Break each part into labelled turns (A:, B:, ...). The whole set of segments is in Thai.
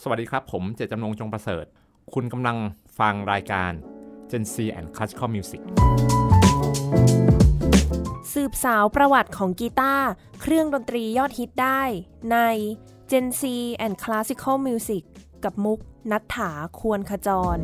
A: สวัสดีครับ ผมเจตจำนงจงประเสริฐ คุณกำลังฟังรายการ Gen C and Classical Music
B: สืบสาวประวัติของกีตาร์เครื่องดนตรียอดฮิตได้ใน Gen C and Classical Music กับมุกนัฐถาควรขจร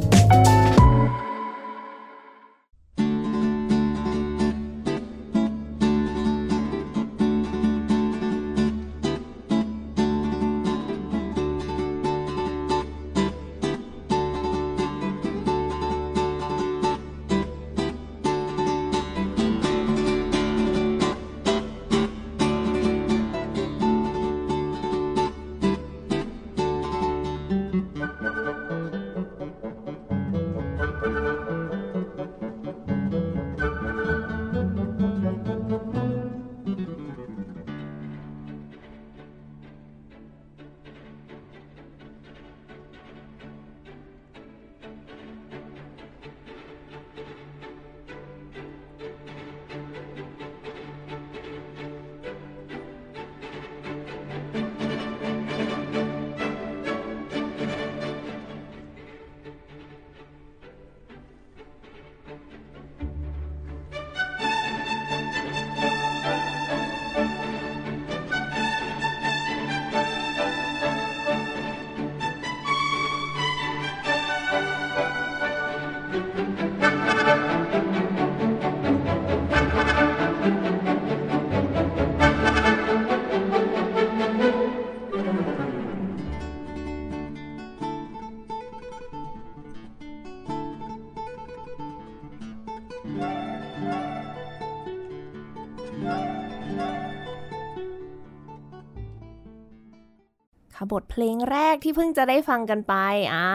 B: ค่ะบทเพลงแรกที่เพิ่งจะได้ฟังกันไปอ่า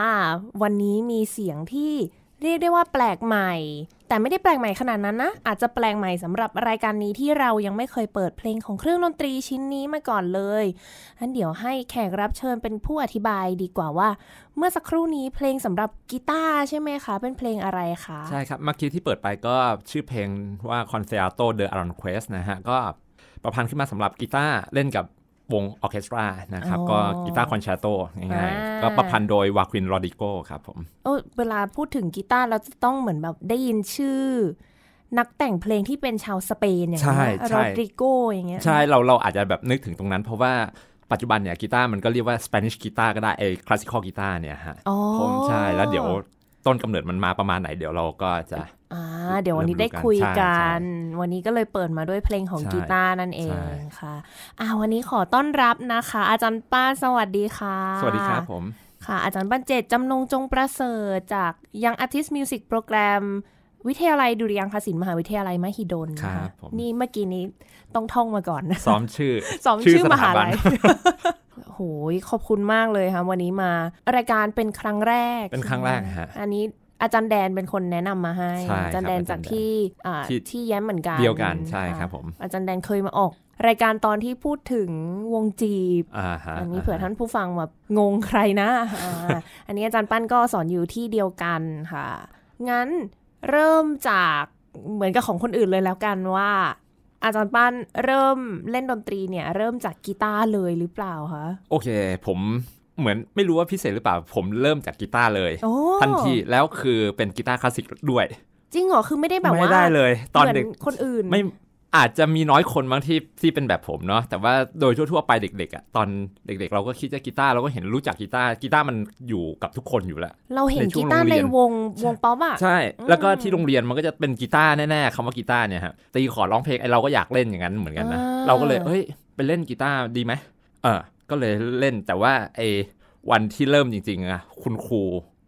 B: วันนี้มีเสียงที่เรียกได้ว่าแปลกใหม่ แต่ไม่ได้แปลกใหม่ขนาดนั้นนะ อาจจะแปลกใหม่สำหรับรายการนี้ที่เรายังไม่เคยเปิดเพลงของเครื่องดนตรีชิ้นนี้มาก่อนเลยอันเดี๋ยวให้แขกรับเชิญเป็นผู้อธิบายดีกว่าว่า เมื่อสักครู่นี้เพลงสำหรับกีตาร์ใช่ไหมคะ เป็นเพลงอะไรคะ
A: ใช่ครับเมื่อกี้ที่เปิดไปก็ชื่อเพลงว่า Concerto de Aranjuez นะฮะ ก็ประพันธ์ขึ้นมาสำหรับกีตาร์เล่นกับวงออร์เคสตรานะครับ
B: อ๋อ
A: ก็กีตาร์คอนแชร์โตง่าย
B: อ่า
A: ๆ ก็ประพันธ์โดยวาควินโรดิโกครับผม
B: โอ้เวลาพูดถึงกีตาร์เราจะต้องเหมือนแบบได้ยินชื่อ นักแต่งเพลงที่เป็นชาวสเปนอย่าง
A: ใช่
B: เงี้ย
A: ใช่
B: โรดริโกอย่างเงี้ย
A: ใช่เราเราอาจจะแบบนึกถึงตรงนั้น เพราะว่าปัจจุบันเนี่ยกีตาร์มันก็เรียกว่า Spanish กีตาร์ก็ได้ไอ้คลาสสิคอลกีตาร์เนี่ยฮะ
B: อ๋อ
A: ผมใช่แล้วเดี๋ยวต้นกำเนิดมันมาประมาณไหนเดี๋ยวเราก็จะ
B: อ่าเดี๋ยววันนี้
A: เริ่มรู้
B: ได้
A: กัน
B: คุย
A: ใช่
B: กั
A: ใช่
B: น วันนี้ก็เลยเปิดมาด้วยเพลงของ
A: ใช่
B: กีตาร์นั่นเอ
A: ใช่
B: งค่ะอ่าวันนี้ขอต้อนรับนะคะ อาจารย์ป้าสวัสดีค่ะ
A: สวัสดีครับผม
B: ค่ะอาจารย์บรรเจตจำนงจงประเสริฐจากยังอาร์ติสต์มิวสิกโปรแกรม วิทยาลัยดุริยางคศิลป์มหาวิทยาลัยมหิดลนะ
A: ครั
B: คะ
A: บผม
B: นี่เมื่อกี้นี้ต้องท่องมาก่อน
A: ซ้อมชื่อ
B: สองชื่อมหา
A: บั
B: ลัย โหยขอบคุณมากเลยค่ะวันนี้มา รายการเป็นครั้งแรก
A: เป็นครั้งแรกฮะ
B: อันนี้อาจารย์แดนเป็นคนแนะนำมาให้
A: ใช่ครับ
B: อาจารย์แดน
A: อาจารย์
B: จากที่อ่า
A: ที่
B: ที่แย้มเหมือนกัน
A: เดียวกันใช่ครับ
B: ะ
A: ผม
B: อาจารย์แดนเคยมาออก รายการตอนที่พูดถึงวงจีบ
A: อ่าฮะ
B: อันนี้เผื่อท่านผู้ฟังแบบงงใครนะอ่า อันนี้อาจารย์ปั้นก็สอนอยู่ที่เดียวกันค่ะ งั้นเริ่มจากเหมือนกับของคนอื่นเลยแล้วกันว่า อาจารย์ปั้นเริ่มเล่นดนตรีเนี่ย เริ่มจากกีตาร์เลยหรือเปล่าคะ
A: โอเค ผมเหมือนไม่รู้ว่าพิเศษหรือเปล่า ผมเริ่มจากกีตาร์เลย
B: โอ้
A: ทันทีแล้วคือเป็นกีตาร์คลาสสิกด้วย
B: จริงเหรอคือไม่ได้แบบว่า
A: ไม่ได้เลย ตอน
B: หมื
A: เด็ก
B: คนอื่น
A: ไม่อาจจะมีน้อยคนบางที่ที่เป็นแบบผมเนาะแต่ว่าโดยทั่วๆไปเด็กๆอ่ะตอนเด็ก ๆ เราก็คิดจะกีตาร์เราก็เห็นรู้จักกีตาร์กีตาร์มันอยู่กับทุกคนอยู่แล้ว
B: เราเห็น
A: ในช่วง
B: กีตาร์
A: โรงเรี
B: ใน
A: ยน
B: วงวงป๊อปอะ
A: ใช่
B: อืม
A: แล้วก็ที่โรงเรียนมันก็จะเป็นกีตาร์แน่ๆคำว่ากีตาร์เนี่ยฮะตีขอร้องเพลงไอเราก็อยากเล่นอย่างนั้นเหมือนกันนะ
B: อ่า
A: เราก็เลยเฮ้ยไปเล่นกีตาร์ดีไหมเออก็เลยเล่นแต่ว่าไอวันที่เริ่มจริงๆอะคุณครู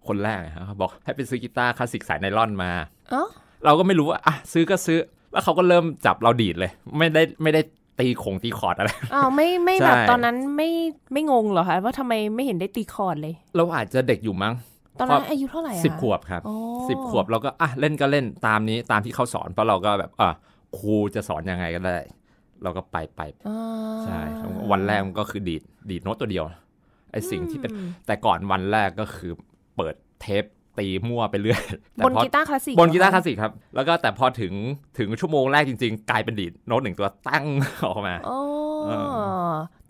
A: คนแรกอะฮะบอกให้ไปซื้อกีตาร์คลาสสิกสายไนลอนมา
B: เอ้า
A: เราก็ไม่รู้ว่าอ่ะซื้อก็ซื้อ แล้วเขาก็เริ่มจับเราดีดเลย ไม่ได้ไม่ได้ตีขงตีคอร์ดอะไร
B: อ้าวไม่ไม่
A: ใช่
B: แบบตอนนั้นไม่ไม่งงเหรอคะว่าทำไมไม่เห็นได้ตีคอร์ดเลย
A: เราอาจจะเด็กอยู่มั้ง
B: ตอนนั้น
A: พอ
B: อายุเท่าไหร่อะ
A: สิบ
B: คะ
A: ขวบครับ
B: โอ้
A: สิบขวบเราก็อ่ะเล่นก็เล่นตามนี้ตามที่เขาสอนเพราะเราก็แบบอ่ะครูจะสอนยังไงก็ได้ เราก็ไปไป
B: อ่า
A: ใช่ครับวันแรกมันก็คือดีดดีดโน้ตตัวเดียวไอสิ่งที่เป็น
B: อืม
A: แต่ก่อนวันแรกก็คือเปิดเทปตีมั่วไปเรื่อย แต่
B: บน
A: พอ
B: กีตาร์คลาสสิก
A: บนกีตาร์ค
B: เหอ
A: ลาสสิกครับ แล้วก็แต่พอถึงถึงชั่วโมงแรกจริง ๆ กลายเป็นดีดโน้ตหนึ่งตัวตั้ง ออกมา
B: โอ้
A: เอ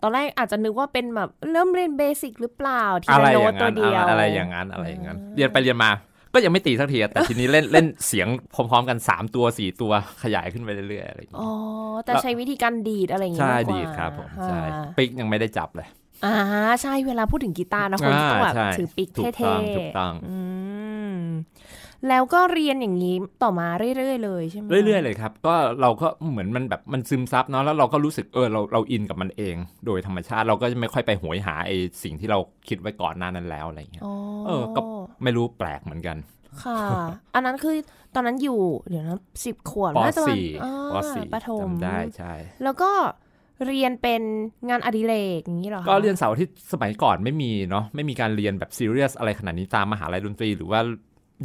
B: ตอนแรกอาจจะนึกว่าเป็นแบบเริ่มเรียนเบสิกหรือเปล่าที
A: อะไร
B: ละ
A: อ
B: โน้ต
A: ย่าง
B: ตัว
A: นั้น
B: เดียว
A: อะไรอย่างนั้นอะไรอย่างนั้น เรียนไปเรียนมา ก็ยังไม่ตีสักทีอะแต่ทีนี้เล่นเล่นเสียงพร้อมๆกัน 3 ตัว 4 ตัวขยายขึ้นไปเรื่อยๆอะไรอย่างเงี้
B: อ๋
A: ย
B: อแต่ใช้วิธีการดีดอะไรอย่างงี้
A: ใช่
B: มากกว่า
A: ดีดครับผมใช่
B: อ่า
A: ปิ๊กยังไม่ได้จับเลย
B: อ่าใช่เวลาพูดถึงกีตาร์นะคน
A: อ่า
B: จะต้องแบบ
A: ใช่
B: ถือปิก
A: ถูกต้
B: เท่
A: อง
B: ๆ
A: ถูกต้อง
B: มแล้วก็เรียนอย่างนี้ต่อมาเรื่อยๆเลยใช่ไหม
A: เรื่อยๆเลยครับก็เราก็เหมือนมันแบบมันซึมซับเนาะแล้วเราก็รู้สึกเออเราเราอินกับมันเอง โดยธรรมชาติเราก็จะไม่ค่อยไปโหยหาไอสิ่งที่เราคิดไว้ก่อนหน้านั้นแล้วอะไรอย่างเงี้ย
B: อ๋อ
A: เออก็ ไม่รู้แปลกเหมือนกัน
B: ค่ะ อันนั้นคือตอนนั้นอยู่เดี๋ยวนะสิบขวบ
A: ป
B: น่าจะประมาณ
A: สี่
B: อ่า
A: ปสี่
B: ประถม
A: จำได้ใช่
B: แล้วก็เรียนเป็นงานอดิเรกอย่างนี้เหรอคะ
A: ก็เรียนเสาร์อาที่สมัยก่อนไม่มีเนาะไม่มีการเรียนแบบซีเรียสอะไรขนาดนี้ตามมหาลัยดนตรี หรือว่า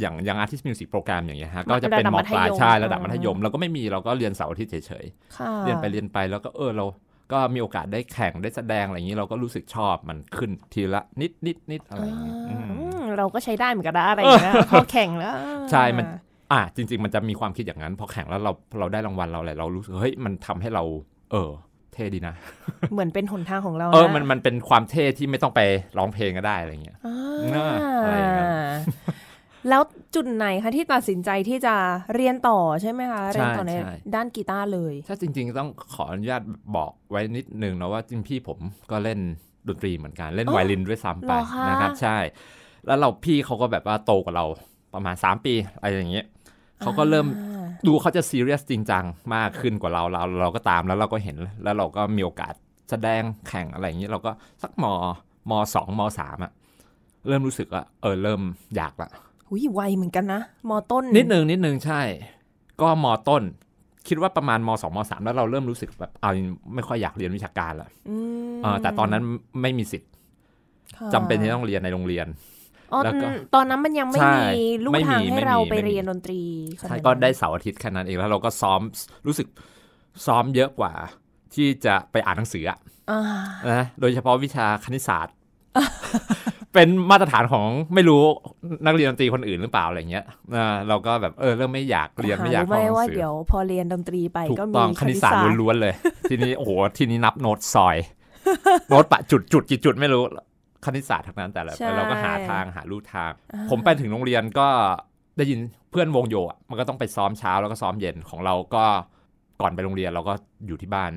A: อย่างอย่างอาร์ติสมิวสิกโปรแกรมอย่างเงี้ยฮะก็จะเป็นมปลายใช่ระดับมัธยมเราก็ไม่มีเราก็เรียนเสาร์อาที่เฉยๆ
B: ค่ะ
A: เรียนไปเรียนไปแล้วก็เออเราก็มีโอกาสได้แข่งได้แสดงอะไรอย่างนี้เราก็รู้สึกชอบมันขึ้นทีละนิดนิดนิดอะไรอย่างเงี้ย
B: อ่า
A: อืม
B: อืมเราก็ใช้ได้เหมือนกันนะอะไร อย่างเงี้ยพอแข่งแล้ว
A: ใช่มัน อ่าจริง ๆ มันจะมีความคิดอย่างนั้น พอแข่งแล้วเราเราได้รางวัลเราอะไรเรารู้สึกเฮ้ยมันทำให้เรา เออ เท่ดีนะ
B: เหมือนเป็นหนทางของ
A: เออ
B: เราะ
A: มันมันเป็นความเท่ที่ไม่ต้องไปร้องเพลงก็ได้อะไรเงี้ย
B: อ่า
A: น่าอะไรอย่างนั้น
B: แล้วจุดไหนคะที่ตัดสินใจที่จะเรียนต่อใช่ไหมคะ
A: ใช่
B: เรียนต่อใน
A: ใช่
B: ด้านกีตาร์เลย
A: ถ้าจริง ๆ ต้องขออนุญาตบอกไว้นิดนึงนะว่าจริงพี่ผมก็เล่นดนตรีเหมือนกันเล่น
B: อ๋อ
A: ไวโอลินด้วยซ้ำไป
B: เหรอคะ
A: นะครับ ใช่ แล้วเราพี่เขาก็แบบว่าโตกว่าเราประมาณ 3 ปีอะไรอย่างเงี้ยเขาก็เริ่ม
B: อ่า
A: ดูเขาจะซีเรียสจริงจังมากขึ้นกว่าเราเราเราก็ตามแล้วเราก็เห็นแล้วเราก็มีโอกาสแสดงแข่งอะไรอย่างนี้เราก็สักมมสองมสามอะเริ่มรู้สึกว่าเออเริ่มอยากละ
B: อุ้ยไวเหมือนกันนะมอต้น
A: นิดนึงนิดนึงใช่ ก็มต้น คิดว่าประมาณมสองมสามแล้วเราเริ่มรู้สึกแบบเอาไม่ค่อยอยากเรียนวิชาการละ
B: อืม
A: เออแต่ตอนนั้นไม่มีสิทธิ์
B: ค่ะ
A: จำเป็นที่ต้องเรียนในโรงเรียน
B: อ๋อ
A: แล้วก็
B: ตอนนั้นมันยังไม่
A: ใช่
B: มีลู่
A: ไม่มี
B: ทางให้
A: ไม่มี
B: เราไป
A: ไม่มี
B: เรียนดนตรีขนา
A: ใช่
B: นั้น
A: ก็ได้เสาร์อาทิตย์แค่นั้นเองแล้วเราก็ซ้อมรู้สึกซ้อมเยอะกว่า ที่จะไปอ่านหนังสืออะ
B: อ่า
A: นะโดยเฉพาะวิชาคณิตศาสตร์ เป็นมาตรฐานของไม่รู้นักเรียนดนตรีคนอื่นหรือเปล่าอะไรเงี้ยอ่าเราก็แบบเออเริ่มไม่อยากเรียนไม่อยาก
B: ห
A: เข้าหนั
B: ว่าง
A: สือ
B: เดี๋ยวพอเรียนดนตรีไป
A: ถูก
B: ก็มี
A: ต้องคณิตศาสตร์ล้วน ๆเลย ทีนี้โอ้โหทีนี้นับโน้ตซอย โน้ตปะจุดจุดกี่จุดไม่รู้คณิตศาสตร์ทั้งนั้นแต่ละเราก็หาทางหาลู่ทาง
B: อ่า
A: ผมไปถึงโรงเรียนก็ได้ยินเพื่อนวงโยอะมันก็ต้องไปซ้อมเช้าแล้วก็ซ้อมเย็นของเราก็ก่อนไปโรงเรียนเราก็อยู่ที่บ้าน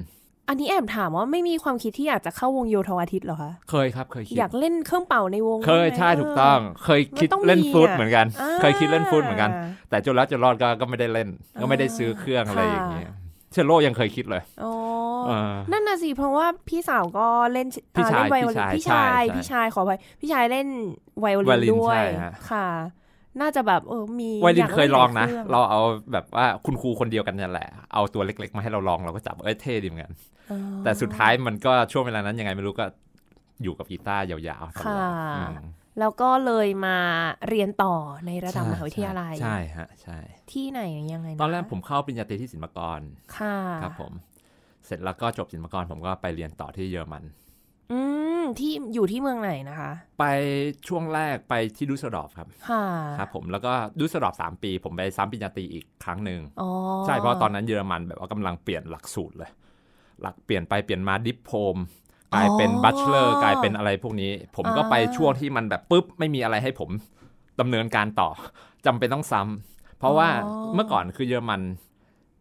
B: อันนี้แอบถามว่าไม่มีความคิดที่อยากจะเข้าวงโยธวาทิตเหรอคะ
A: เคยครับเคยคิด
B: อยากเล่นเครื่องเป่าในวง
A: เคย
B: บ้างไหม
A: ใช่ถูกต้อง
B: เ
A: เคยคิด
B: ต้องมี
A: เล่นฟลุต
B: อะ
A: เหมือนกัน
B: อ่า
A: เคยคิดเล่นฟลุตเหมือนกัน แต่จนแล้วจนรอดก็ก็ไม่ได้เล่น ก็ไม่ได้ซื้อเครื่องอะไร
B: ค่ะ
A: อย่างเงี้ยเชลโลยังเคยคิดเลย
B: อ๋อ
A: เออ
B: นั่นน่ะสิ เพราะว่าพี่สาวก็เล่น
A: พี่ชาย
B: อ่เล่นไวโอลิน
A: พี่
B: พี่
A: ชา
B: ชายย
A: ใช่
B: พี่ชายขอไปพี่ชายเล่นไวโอ
A: ไวโอลิ
B: ลิ
A: น
B: นด้วย
A: ใช่ฮะ
B: ค่ะ น่าจะแบบเออมี
A: วัยรุ่
B: าน ก
A: เคยลองนะ
B: หาเครื่
A: เราเอาแบบว่าคุณครูคนเดียวกันนั่นแหละ เอาตัวเล็กๆ มาให้เราลองเราก็จับเอ้ยเท่ดีเหมือนกัน
B: อ๋อ
A: แต่สุดท้ายมันก็ช่วงเวลานั้นยังไงไม่รู้ก็อยู่กับกีตาร์ยาวๆตลอด
B: ค่ะ
A: อืม
B: แล้วก็เลยมาเรียนต่อในระดับมหาวิทยาลัย
A: ใช่ฮะใช่
B: ที่ไหนยังไงะ
A: ตอนแรกผมเข้าปริญญาตรีที่ศิลปากร
B: ค่ะ
A: ครับผม เสร็จแล้วก็จบศิลปากรผมก็ไปเรียนต่อที่เยอรมัน
B: อืมที่อยู่ที่เมืองไหนนะคะ
A: ไปช่วงแรกไปที่ดุสเซลดอร์ฟครับ
B: ค่ะ
A: ครับผมแล้วก็ดุสเซลดอร์ฟสามปี ผมไปซ้ำปริญญาตรีอีกครั้งหนึ่ง
B: อ๋อ
A: ใช่เพราะตอนนั้นเยอรมันแบบว่ากำลังเปลี่ยนหลักสูตรเลย หลักเปลี่ยนไปเปลี่ยนมาดิปโพมกลายเป็นบัชเลอร์กลายเป็นอะไรพวกนี้ ผมก็ไปช่วงที่มันแบบปุ๊บไม่มีอะไรให้ผมดำเนินการต่อ จำเป็นต้องซ้ำเพราะว่าเมื่อก่อนคือเยอรมัน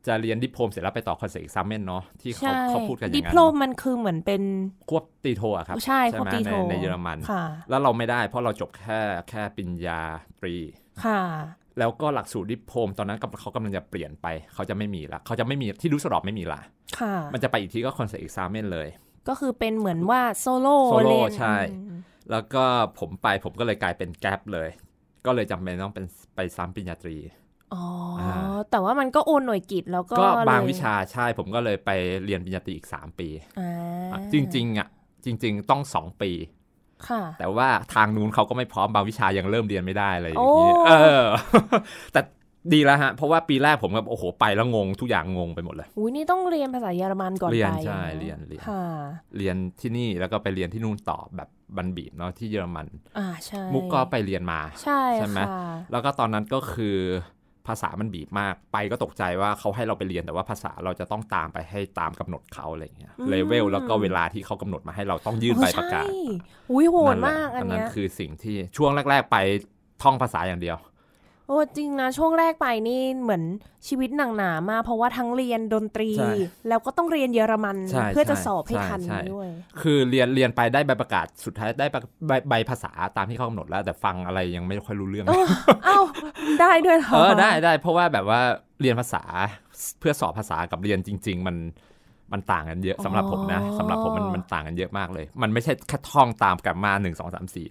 A: จะเรียนดิปโพมเสร็จแล้วไปต่อคอนเสิร์ตซัมเมนเนาะที่เขา
B: ใช่
A: เขาพูดกันอ
B: ดิ
A: ย่างนั้
B: พโล
A: น
B: มันคือเหมือนเป็น
A: ควบตีโทอะครับ
B: ใช่
A: ใช่
B: ควบ
A: ไหม
B: ตี
A: ใน
B: โท
A: ในเยอรมัน
B: ค่ะ
A: แล้วเราไม่ได้เพราะเราจบแค่แค่ปริญญาตรี
B: ค่ะ
A: แล้วก็หลักสูตรดิพโพมตอนนั้นกำเขากำลังจะเปลี่ยนไป เขาจะไม่มีละเขาจะไม่มีที่รู้สดอบไม่มีละ
B: ค่ะ
A: มันจะไปอีกทีก็คอนเสิร์ตเอกซามเนเลย
B: ก็คือเป็นเหมือนว่าโซโล่
A: โซโล่
B: เน
A: ใช่ แล้วก็ผมไปผมก็เลยกลายเป็นแกลบเลย ก็เลยจำเป็นต้องเป็นไปซ้ำปริญญาตรี
B: อ๋ออา แต่ว่ามันก็โอนหน่วยกิจแล้วก็
A: ก็บาง
B: เลย
A: วิชาใช่ผมก็เลยไปเรียนปริญญาตรีอีก 3 ปี
B: อ่า
A: อ่ะจริงๆอ่ะจริง ๆ ต้อง 2 ปี
B: ค่ะ
A: แต่ว่าทางนู้นเขาก็ไม่พร้อมบางวิชายังเริ่มเรียนไม่ได้อะไรอย่าง
B: โอ้
A: นี้เออ แต่ดีแล้วฮะ เพราะว่าปีแรกผมแบบโอ้โหไปแล้วงงทุกอย่างงงไปหมดเลย
B: อุ้ยนี่ต้องเรียนภาษาเยอรมันก่อน
A: เรียน
B: ไป
A: ใช่
B: อะ
A: เรียนเรียน
B: ค่ะ
A: เรียนที่นี่แล้วก็ไปเรียนที่นู่นต่อแบบบันบีบเนาะที่เยอรมัน
B: อ่าใช่
A: มุกก็ไปเรียนมา
B: ใช่
A: ใช่ไหม
B: ค่ะ
A: แล้วก็ตอนนั้นก็คือ ภาษามันบีบมาก ไปก็ตกใจว่าเขาให้เราไปเรียนแต่ว่าภาษาเราจะต้องตามไปให้ตามกำหนดเขาอะไรเงี้ย
B: อืม
A: เลเวลแล้วก็เวลาที่เขากำหนดมาให้เราต้องยื่นใบประกาศ
B: โอ้ใช่อุ้ยโหด
A: แหละ
B: มากอัน
A: นั้น
B: เนี้ย
A: คือสิ่งที่ช่วงแรก ๆ ไปท่องภาษาอย่างเดียว
B: โอ้จริงนะ ช่วงแรกไปนี่เหมือนชีวิตหนักหนามากเพราะว่าทั้งเรียนดนตรี
A: ใช่
B: แล้วก็ต้องเรียนเยอรมัน
A: ใช่
B: เพื่อจะ
A: ใช่
B: สอบให้
A: ใช่
B: ทัน
A: ใช่
B: ด้วย
A: คือเรียนเรียนไปได้ใบประกาศสุดท้ายได้ใบใบใบภาษาตามที่เขากำหนดแล้ว แต่ฟังอะไรยังไม่ค่อยรู้เรื่อง
B: เออ เอ้าได้ด้วยเหรอ
A: เอ อได้ได้เพราะว่าแบบว่าเรียนภาษาเพื่อสอบภาษากับเรียนจริง ๆ มันมันต่างกันเยอะสำหรับผมนะสำหรับผมมันมันต่างกันเยอะมากเลย มันไม่ใช่แค่ท่องตามกลับมาหนึ่งสองสามสี่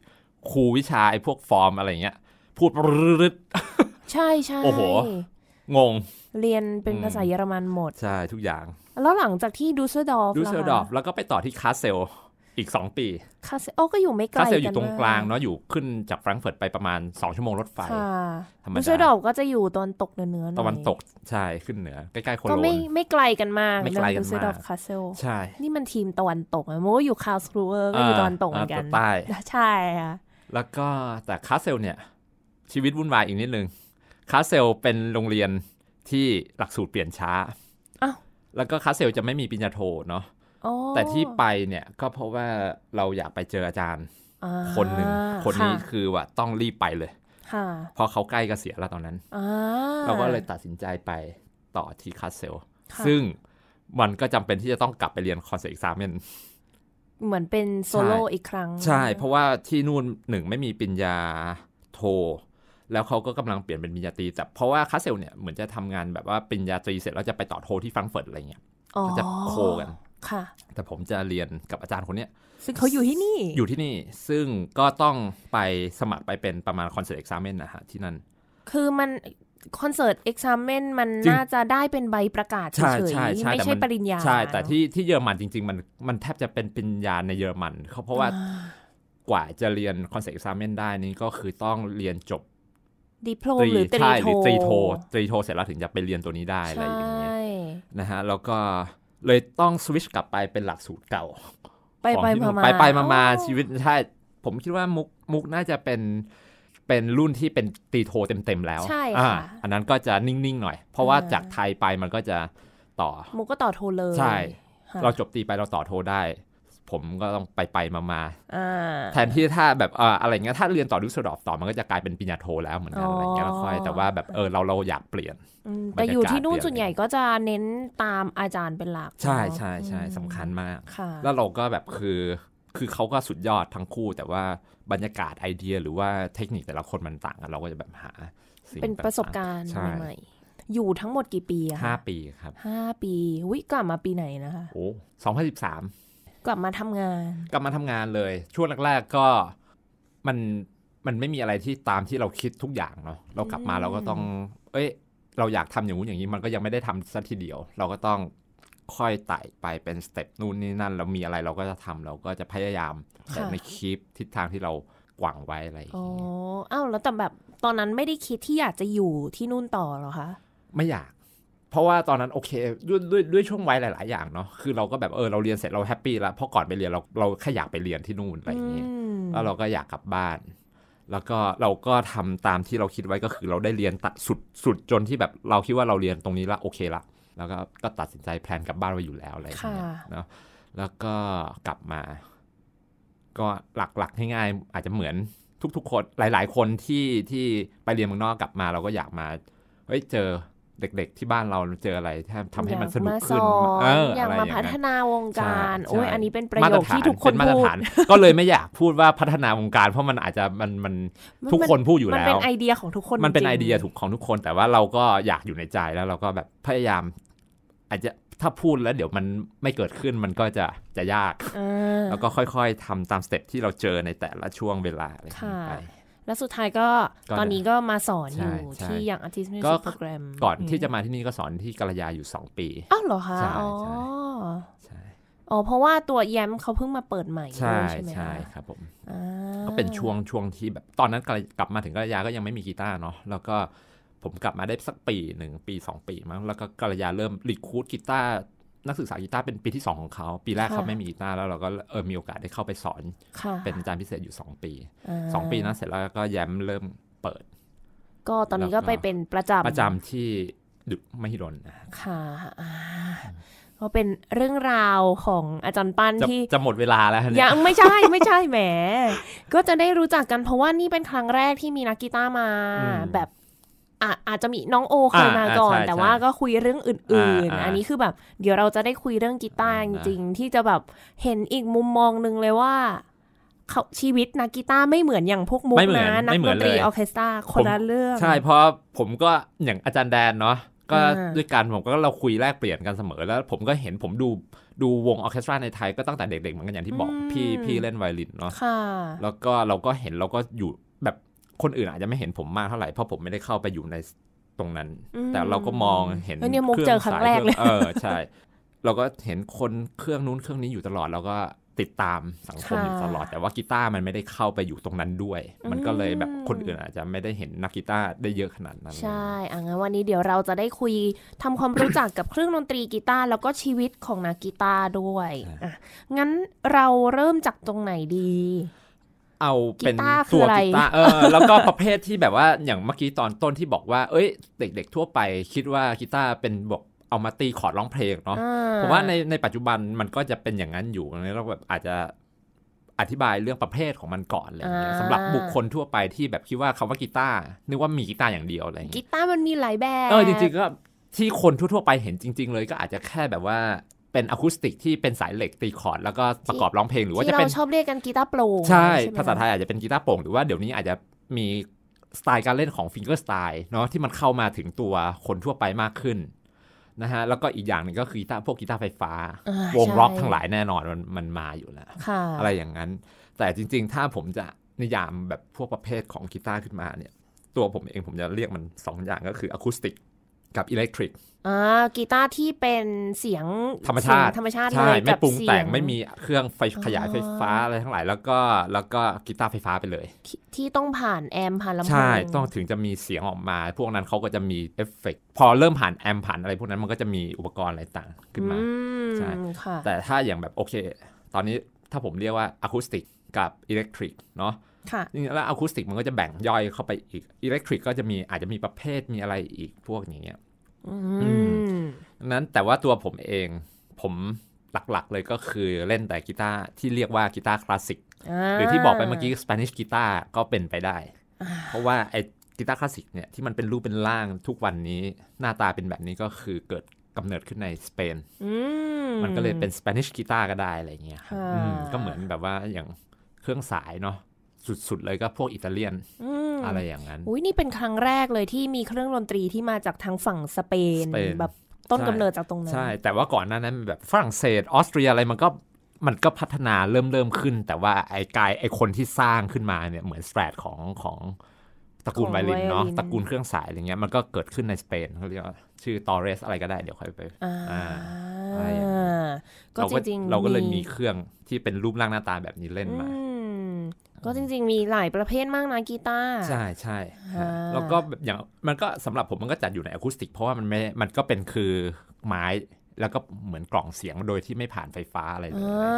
A: ครูวิชาไอ้พวกฟอร์มอะไรเงี้ย พูดรึด
B: ใช่ใช่
A: โอ้โห งง
B: เรียนเป็น
A: อืม
B: ภาษาเยอรมันหมด
A: ใช่ทุกอย่าง
B: แล้วหลังจากที่ดูสเซอร์ดอร์ฟ
A: ดูเซอร์ดอฟ
B: ล่ะคะ
A: แล้วก็ไปต่อที่คาสเซลอีก 2 ปี
B: คาเซโอ้ก็อยู่ไม่ไกล
A: คาสเซล
B: น
A: อยู่ตรง
B: ม
A: กลางเนาะอยู่ขึ้นจากแฟรงก์เฟิร์ตไปประมาณ 2 ชั่วโมงรถไฟ
B: ค่ะ
A: ธรรมดา
B: ดูสเซอร์ดอร์ฟก็จะอยู่ตอนตกเหนือๆหอย
A: ตะวันตกใช่ขึ้นเหนือใกล้ๆโคโล
B: ก็ไม่
A: น
B: ไม่ไกลกันมาก
A: ไม่ไกลกันมาก
B: ดูสเซอร์ดอร์ฟคาเซล
A: ใช่
B: นี่มันทีมตะวันตกอะโมก็อยู่คาสครูเออร์ก็อยู่ตะวันตกเหมือนกั
A: าน วใต้
B: ใช่ค่ะ
A: แล้วก็แต่คาสเซลเนี่ย ชีวิตวุ่นวายอีกนิดนึงคาสเซลเป็นโรงเรียนที่หลักสูตรเปลี่ยนช้า
B: อ้าว
A: แล้วก็คาสเซลจะไม่มีปริญญาโทเนาะ
B: อ๋อ
A: แต่ที่ไปเนี่ยก็เพราะว่าเราอยากไปเจออาจารย์
B: อ่า
A: คนหนึ่งคนนี้
B: ะ
A: คือว่าต้องรีบไปเลย
B: ค่ะ
A: เพราะเขาใกล้เกษียณแล้วตอนนั้น
B: อ่า
A: เราก็เลยตัดสินใจไปต่อที่คาสเซล
B: ค่ะ
A: ซึ่งมันก็จำเป็นที่จะต้องกลับไปเรียนคอนเสิร์ตอีกสามเน
B: เหมือนเป็นโซโล่
A: ใช่
B: อีกครั้ง
A: ใช่เพราะว่าที่นู่นหนึ่งไม่มีปริญญาโท แล้วเขาก็กำลังเปลี่ยนเป็นปริญญาตรีแต่เพราะว่าคาสเซลเนี่ยเหมือนจะทำงานแบบว่าปริญญาตรีเสร็จแล้วจะไปต่อโทที่แฟรังก์เฟิร์ตอะไรเงี้ย
B: อ๋อ
A: ก็จะโคกัน
B: ค่ะ
A: แต่ผมจะเรียนกับอาจารย์คนเนี้ย
B: ซึ่งเขาอยู่ที่นี่
A: อยู่ที่นี่ซึ่งก็ต้องไปสมัครไปเป็นประมาณคอนเสิร์ตเอ็กซามเนนะฮะที่นั่น
B: คือมันคอนเสิร์ตเอ็กซามเมนมัน
A: จริง
B: น่าจะได้เป็นใบประกาศเฉยๆไม่
A: แต่
B: ใช่
A: น
B: ปริญญา
A: ใช่ แต่
B: เนอะ
A: ที่ที่เยอรมันจริง ๆ มันมันแทบจะเป็นปริญญาในเยอรมันเขาเพราะว่า
B: อ่
A: กว่าจะเรียนคอนเสิร์ตเอ็กซามเนได้นี่ก็คือต้องเรียนจบ
B: ดิโพล
A: ตรี
B: หรือ
A: ใช่หรือต
B: ต
A: รี
B: รี
A: โท
B: โท
A: ตรีโทเสร็จแล้วถึงจะไปเรียนตัวนี้ได้อะไรอย่างเงี้ย
B: ใช่
A: นะฮะแล้วก็เลยต้องสวิชกลับไปเป็นหลักสูตรเก่า
B: ไป
A: ของ
B: ไป
A: ที่
B: มา
A: นู่น
B: มา
A: ไปไปมามา
B: อ๋อ
A: ชีวิตใช่ผมคิดว่ามุกมุกน่าจะเป็นเป็นรุ่นที่เป็นตรีโทเต็มๆแล้ว
B: ใช่
A: อ่า
B: ค่ะ
A: อันนั้นก็จะนิ่งๆหน่อย เพราะว่า
B: อ่า
A: จากไทยไปมันก็จะต่อ
B: มุกก็ต่อโทเลย
A: ใช่
B: ค่ะ
A: เราจบตรีไปเราต่อโทได้ ผมก็ต้องไปไปมามา
B: อ่า
A: แทนที่ถ้าแบบเอ่ออะไรเงี้ยถ้าเรียนต่อดุสเซลดอร์ฟต่อมันก็จะกลายเป็นปริญญาโทแล้วเหมือนกันอะไรเงี้ยแล้วค่อย
B: อ๋อ
A: แต่ว่าแบบเออเราเราอยากเปลี่ยน
B: อืม
A: บร
B: แต่
A: รยากาศ
B: อยู่ที่นู่น
A: เปลี่ยน
B: ส่วนใหญ่ก็จะเน้นตามอาจารย์เป็นหลัก
A: ใช่
B: เนอะ
A: ใช่ใช่
B: อืม
A: สำคัญมาก
B: ค่ะ
A: แล้วเราก็แบบคือคือเขาก็สุดยอดทั้งคู่ แต่ว่าบรรยากาศไอเดียหรือว่าเทคนิคแต่ละคนมันต่างกันเราก็จะแบบหาสิ่ง
B: เป็น
A: ต่างๆ
B: ประสบการณ์
A: ใช่
B: ใหม่ๆอยู่ทั้งหมดกี่ปีอะ
A: ห้า
B: คะ
A: ปีครับ
B: ห้าปีวิกลับมาปีไหนนะคะ
A: โอ้สองพันสิบสาม
B: กลับมาทำงาน
A: กลับมาทำงานเลย ช่วงแรกๆก็มันมันไม่มีอะไรที่ตามที่เราคิดทุกอย่างเนาะเรากลับมาเราก็ต้อง เอ้ย เราอยากทำอย่างนู้นอย่างนี้มันก็ยังไม่ได้ทำซะทีเดียว เราก็ต้องค่อยไต่ไปเป็นสเต็ปนู่นนี่นั่นแล้วมีอะไรเราก็จะทำเราก็จะพยายาม แต่
B: ค่ะ
A: ในคลิปทิศทางที่เราหวังไว้อะไรอย่าง
B: อ๋อ
A: เงี้ย
B: อ้าวแล้วแต่แบบตอนนั้นไม่ได้คิดที่อยากจะอยู่ที่นู่นต่อเหรอคะ
A: ไม่อยาก เพราะว่าตอนนั้นโอเคด้วยด้วยด้วยช่วงวัยหลาย ๆ อย่างเนาะคือเราก็แบบเออเราเรียนเสร็จเราแฮปปี้แล้วเพราะก่อนไปเรียนเราเราแค่อยากไปเรียนที่นู่นอะไรอย่างเงี้ย
B: ม
A: แล้วเราก็อยากกลับบ้าน แล้วก็เราก็ทำตามที่เราคิดไว้ก็คือเราได้เรียนตัดสุดสุดจนที่แบบเราคิดว่าเราเรียนตรงนี้ละโอเคละแล้วก็ก็ตัดสินใจแพลนกลับบ้านไว้อยู่แล้วอะไรอย่าง
B: ค่ะ
A: เงี้ย เนาะแล้วก็กลับมา ก็หลักๆง่ายๆอาจจะเหมือนทุกๆคนหลาย ๆ คนที่ที่ไปเรียนเมืองนอกกลับมา เราก็อยากมาเฮ้ยเจอเด็ก ๆ ที่บ้านเราเจออะไรที่ทำให้มันสนุกขึ้น
B: อยากมาสอน
A: เออ
B: อยาก
A: อะไรอ
B: มา
A: ย่าง
B: พัฒ
A: เงี้ย
B: นาวงการ
A: ใช่
B: โอ้ย
A: ใช่
B: อันนี้เป็นประ
A: มาต
B: โย
A: ร
B: ค
A: ฐาน
B: ที่ทุกคน
A: เป็มาตร
B: พูด
A: ฐาน ก็เลยไม่อยากพูดว่าพัฒนาวงการ เพราะมันอาจจะมันมันทุกคนพูดอยู่
B: มัน
A: แล้
B: เป็
A: ว
B: นไอเดียของทุกคน
A: มันเป็น
B: จริง
A: ไอเดียถูกของทุกคน แต่ว่าเราก็อยากอยู่ในใจแล้วเราก็แบบพยายาม อาจจะถ้าพูดแล้ว เดี๋ยวมันไม่เกิดขึ้นมันก็จะจะยาก
B: อ่า
A: แล้วก็ค่อยๆทำตามสเต็ปที่เราเจอในแต่ละช่วงเวลาอะไรอย่าง
B: ค่ะ
A: เงี้ยไป
B: แล้วสุดท้ายก็
A: ก็
B: ตอนนี้ก็มาสอน
A: ใช่
B: อยู่
A: ใช่
B: ที่อย่าง Artist Music
A: ก็
B: Program
A: ก่อนที่
B: ม
A: จะมาที่นี่ก็สอนที่กัลยาอยู่ 2 ปี
B: อ้าวเหรอคะ
A: ใช่ใช่
B: อ๋อ
A: ใช่
B: อ๋อเพราะว่าตัวแย้มเขาเพิ่งมาเปิดใหม่
A: ใช่
B: ด้วยใช่ไหม
A: ใช่
B: คะ
A: ครับผม
B: อ่า
A: ก็เป็นช่วงช่วงที่แบบตอนนั้นกลับกลับมาถึงกัลยาก็ยังไม่มีกีตาร์เนาะแล้วก็ผมกลับมาได้สักปีหนึ่งปี 2 ปีมั้งแล้วก็กัลยาเริ่มรีคูดกีตาร์นักศึกษากีตาร์เป็นปีที่ 2 ของเขา ปีแรกเขาไม่มีกีตาร์แล้วเราก็เออมีโอกาสได้เข้าไปสอน
B: ค่ะ
A: เป็นอาจารย์พิเศษอยู่ 2 ปี
B: า
A: 2 ปีนะเสร็จแล้วก็แย้มเริ่มเปิด
B: ก็ตอนนี้
A: แล้ว
B: ก็
A: ก็
B: ไปเป็นประจำ
A: ประจำที่ดุมหิดลนะ
B: ค่ะอ่าก็เป็นเรื่องราวของอาจารย์ปั้น
A: จะ
B: ที่
A: จะหมดเวลาแล้วฮะเนี่
B: ยั
A: ย
B: งไม่ใช่ไม่ใช่แหม ก็จะได้รู้จักกันเพราะว่านี่เป็นครั้งแรกที่มีนักกีตาร์มา แบบอ่ะอาจจะมีน้องโอเคยมาก่อน แต่ว่าก็คุยเรื่องอื่น ๆ อันนี้คือแบบ เดี๋ยวเราจะได้คุยเรื่องกีตาร์จริงๆที่จะแบบเห็นอีกมุมมองหนึ่งเลยว่าเขาชีวิตนักกีตาร์ไม่เหมือนอย่างพวกมุกนะนัดนตรีออเคสตราคนละเรื่อง
A: ใช่เพราะผมก็อย่างอาจารย์แดนเนาะก็
B: อ่า
A: ด้วยกันผมก็เราคุยแลกเปลี่ยนกันเสมอ แล้วผมก็เห็นผมดูดูวงออร์เคสตราในไทยก็ตั้งแต่เด็กๆเหมือนกันอย่างที่บอกพี่พี่เล่นไวโอลินเนาะ
B: ค่ะ
A: แล้วก็เราก็เห็นเราก็อยู่แบบคนอื่นอาจจะไม่เห็นผมมากเท่าไหร่เพราะผมไม่ได้เข้าไปอยู่ในตรงนั้น
B: อืม
A: แต่เราก็มองเห็น
B: เออเนี่ยมุกเจอครั้งแรกเลย
A: เออใช่ เราก็เห็นคนเครื่องนู้นเครื่องนี้อยู่ตลอดเราก็ติดตามสังคมอยู่ตลอด แต่ว่ากีตาร์มันไม่ได้เข้าไปอยู่ตรงนั้นด้วย มันก็เลยแบบคนอื่นอาจจะไม่ได้เห็นนักกีตาร์ได้เยอะขนาดนั้น
B: ใช่อ่ะงั้นวันนี้เดี๋ยวเราจะได้คุยทำความรู้จักกับเครื่องดนตรีกีตาร์แล้วก็ชีวิตของนักกีตาร์ด้วย
A: ใช่
B: อ่ะงั้นเราเริ่มจากตรงไหนดี
A: เอาเป็น
B: กีตาร์คือ
A: ตัว
B: อะไร
A: กีตาร์เออ แล้วก็ประเภทที่แบบว่าอย่างเมื่อกี้ตอนต้นที่บอกว่า เอ้ย เด็ก ๆ ทั่วไปคิดว่ากีตาร์เป็นบอกเอามาตีคอร์ดร้องเพลงเนาะ
B: อ่
A: ผมว่าในในปัจจุบันมันก็จะเป็นอย่างนั้นอยู่งั้นเราแบบอาจจะอธิบายเรื่องประเภทของมันก่อนอะไรอย่างเงี้ยสำหรับบุคคลทั่วไปที่แบบคิดว่าคำว่ากีตาร์นึกว่ามีกีตาร์อย่างเดียวอะไรอย่าง
B: กี
A: เงี้ย
B: ตาร์มันมีหลายแบบ
A: เออจริงๆก็ที่คนทั่วๆไปเห็นจริง ๆ เลยก็อาจจะแค่แบบว่าเป็นอะคูสติกที่เป็นสายเหล็กตีคอร์ดแล้วก็ประกอบร้องเพลงหรือว่า
B: ที่
A: จะ
B: เรา
A: เป็น
B: ชอบเรียกกันกีตาร์โปร่ง
A: ใช่
B: ไหม
A: ภาษาไทยอาจจะเป็นกีตาร์โปร่งหรือว่าเดี๋ยวนี้อาจจะมีสไตล์การเล่นของฟิงเกอร์สไตล์เนาะที่มันเข้ามาถึงตัวคนทั่วไปมากขึ้นนะฮะแล้วก็อีกอย่างหนึ่งก็คือกีตาร์พวกกีตาร์ไฟฟ้า
B: อ่าว
A: งร็อก
B: ใช่
A: ทั้งหลายแน่นอนมันมันมาอยู่แล้ว
B: ค่ะ
A: อะไรอย่างนั้น แต่จริง ๆ ถ้าผมจะนิยามแบบพวกประเภทของกีตาร์ขึ้นมาเนี่ย ตัวผมเองผมจะเรียกมันสองอย่างก็คืออะคูสติกกับอิเล็กทริก
B: อ่ากีตาร์ที่เป็นเสียง
A: ธรรมชาติ
B: เสียงธรรมชาติ
A: ใช่
B: เลย
A: ไม่
B: กับ
A: ปรุง
B: เสีย
A: แต่งไม่มีเครื่องไฟขยายไฟฟ้าอะไรทั้งหลายแล้วก็แล้วก็กีตาร์ไฟฟ้าไปเลย
B: ที่ที่ต้องผ่านแอมผ่านลำโพง
A: ใช่ต้องถึงจะมีเสียงออกมา พวกนั้นเขาก็จะมีเอฟเฟกต์พอเริ่มผ่านแอมป์ผ่านอะไรพวกนั้นมันก็จะมีอุปกรณ์อะไรต่างขึ้นมา
B: อืม
A: ใช่
B: ค่ะ
A: แต่ถ้าอย่างแบบโอเค ตอนนี้ถ้าผมเรียกว่าอะคูสติกกับอิเล็กทริกเนาะ
B: ค่ะ
A: จริงๆแล้วอะคูสติกมันก็จะแบ่งย่อยเข้าไปอีกอิเล็กทริกก็จะมีอาจจะมีประเภทมีอะไรอีกพวกอย่างเงี้ย
B: อื
A: อื
B: ม
A: นั้นแต่ว่าตัวผมเองผมหลักๆเลยก็คือเล่นแต่กีตาร์ที่เรียกว่ากีตาร์คลาสสิก หรือที่บอกไปเมื่อกี้ Spanish กีตาร์ก็เป็นไปได้ เพราะว่าไอ้กีตาร์คลาสสิกเนี่ยที่มันเป็นรูปเป็นร่างทุกวันนี้ หน้าตาเป็นแบบนี้ก็คือเกิดกำเนิดขึ้นในสเปน
B: อืม
A: มันก็เลยเป็น Spanish กีตาร์ก็ได้อะไรเงี้ยครับ
B: ค่ะ
A: อืมก็เหมือนแบบว่าอย่างเครื่องสายเนาะสุดๆเลยก็พวกอิตาเลียน
B: อืม
A: อะไรอย่างนั้น
B: อุ้ยนี่เป็นครั้งแรกเลยที่มีเครื่องดนตรีที่มาจากทางฝั่งสเปน
A: สเปน
B: แบบต้น
A: ใช่
B: กำเนิดจากตรงนั้น
A: ใช่ แต่ว่าก่อนหน้านั้นแบบฝรั่งเศสออสเตรียอะไรมันก็มันก็พัฒนาเริ่มเริ่มขึ้น แต่ว่าไอ้กายไอ้คนที่สร้างขึ้นมาเนี่ยเหมือนสแตรทของของตระกูลไวโอลินเนาะตระกูลเครื่องสายอะไรเงี้ยมันก็เกิดขึ้นในสเปนเขาเรียกว่าชื่อตอเรสอะไรก็ได้เดี๋ยวค่อยไป
B: อ่า
A: อ่าอะไรอย่างนั้น
B: ก็จริงๆ
A: เราก็เลยมีเครื่องที่เป็นรูปร่างหน้าตาแบบนี้เล่น
B: อื
A: มา
B: มก็จริง ๆ มีหลายประเภทมากนะกีตาร์
A: ใช่ใช่
B: อ่า
A: แล้วก็แบบอย่างมันก็สำหรับผมมันก็จัดอยู่ในอะคูสติก เพราะว่ามันไม่มันก็เป็นคือไม้แล้วก็เหมือนกล่องเสียงโดยที่ไม่ผ่านไฟฟ้าอะไรเลยอะไร
B: อ่า
A: เงี้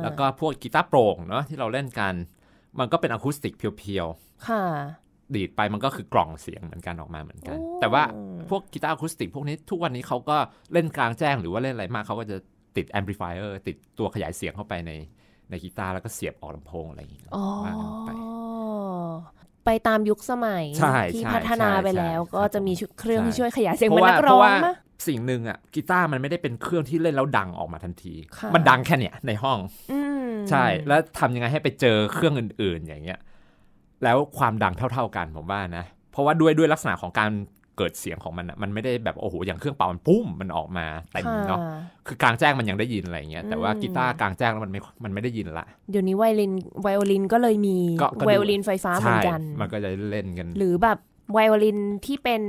A: ย แล้วก็พวกกีตาร์โปร่งเนาะที่เราเล่นกัน มันก็เป็นอะคูสติกเพียว
B: ค่ะ
A: ๆ ดีดไปมันก็คือกล่องเสียงเหมือนกันออกมาเหมือนกัน
B: โอ้
A: แต่ว่าพวกกีตาร์อะคูสติกพวกนี้ทุกวันนี้เขาก็เล่นกลางแจ้งหรือว่าเล่นอะไรมากเขาก็จะติดแอมพลิฟายเออร์ติดตัวขยายเสียงเข้าไปในในกีตาร์แล้วก็เสียบออกลำโพงอะไรอย่างเงี้ย
B: อ๋อ
A: ว่ากันไป
B: ไปตามยุคสมัย
A: ใช่
B: ที่
A: ใช่
B: พัฒนา
A: ใช่
B: ไปแล้ว
A: ใช่
B: ก็จะมีชุดเครื่อง
A: ใช่
B: ที่ช่วยขยายเสียง
A: เพ
B: เป็น
A: ราะว่า
B: นัก
A: เพ
B: ร้อ
A: ราะ
B: ง
A: ว่า
B: ปะ
A: สิ่งหนึ่งอ่ะกีตาร์มันไม่ได้เป็นเครื่องที่เล่นแล้วดังออกมาทันที
B: ค่ะ
A: มันดังแค่เนี่ยในห้อง
B: อืม
A: ใช่ แล้วทำยังไงให้ไปเจอเครื่องอื่น ๆ อย่างเงี้ย แล้วความดังเท่า ๆกันผมว่านะ เพราะว่าด้วยด้วยลักษณะของการเกิดเสียงของมันอะมันไม่ได้แบบโอ้โห อย่างเครื่องเป่ามันปุ้มมันออกมาเต็มเนาะ
B: ค่
A: คือกลางแจ้งมันยังได้ยินอะไรเงี้ย แต่ว่า
B: อืม
A: กีตาร์กลางแจ้งแล้วมันไม่มันไม่ได้ยินละ
B: เดี๋ยวนี้ไวโอลินไวโอลินก็เลยมี
A: ก็ก็ดู
B: ไวโอลินไฟฟ้าเหมื
A: ใช่
B: อนกัน
A: มันก็จะเล่นกัน
B: หรือแบบไวโอลินที่เป็น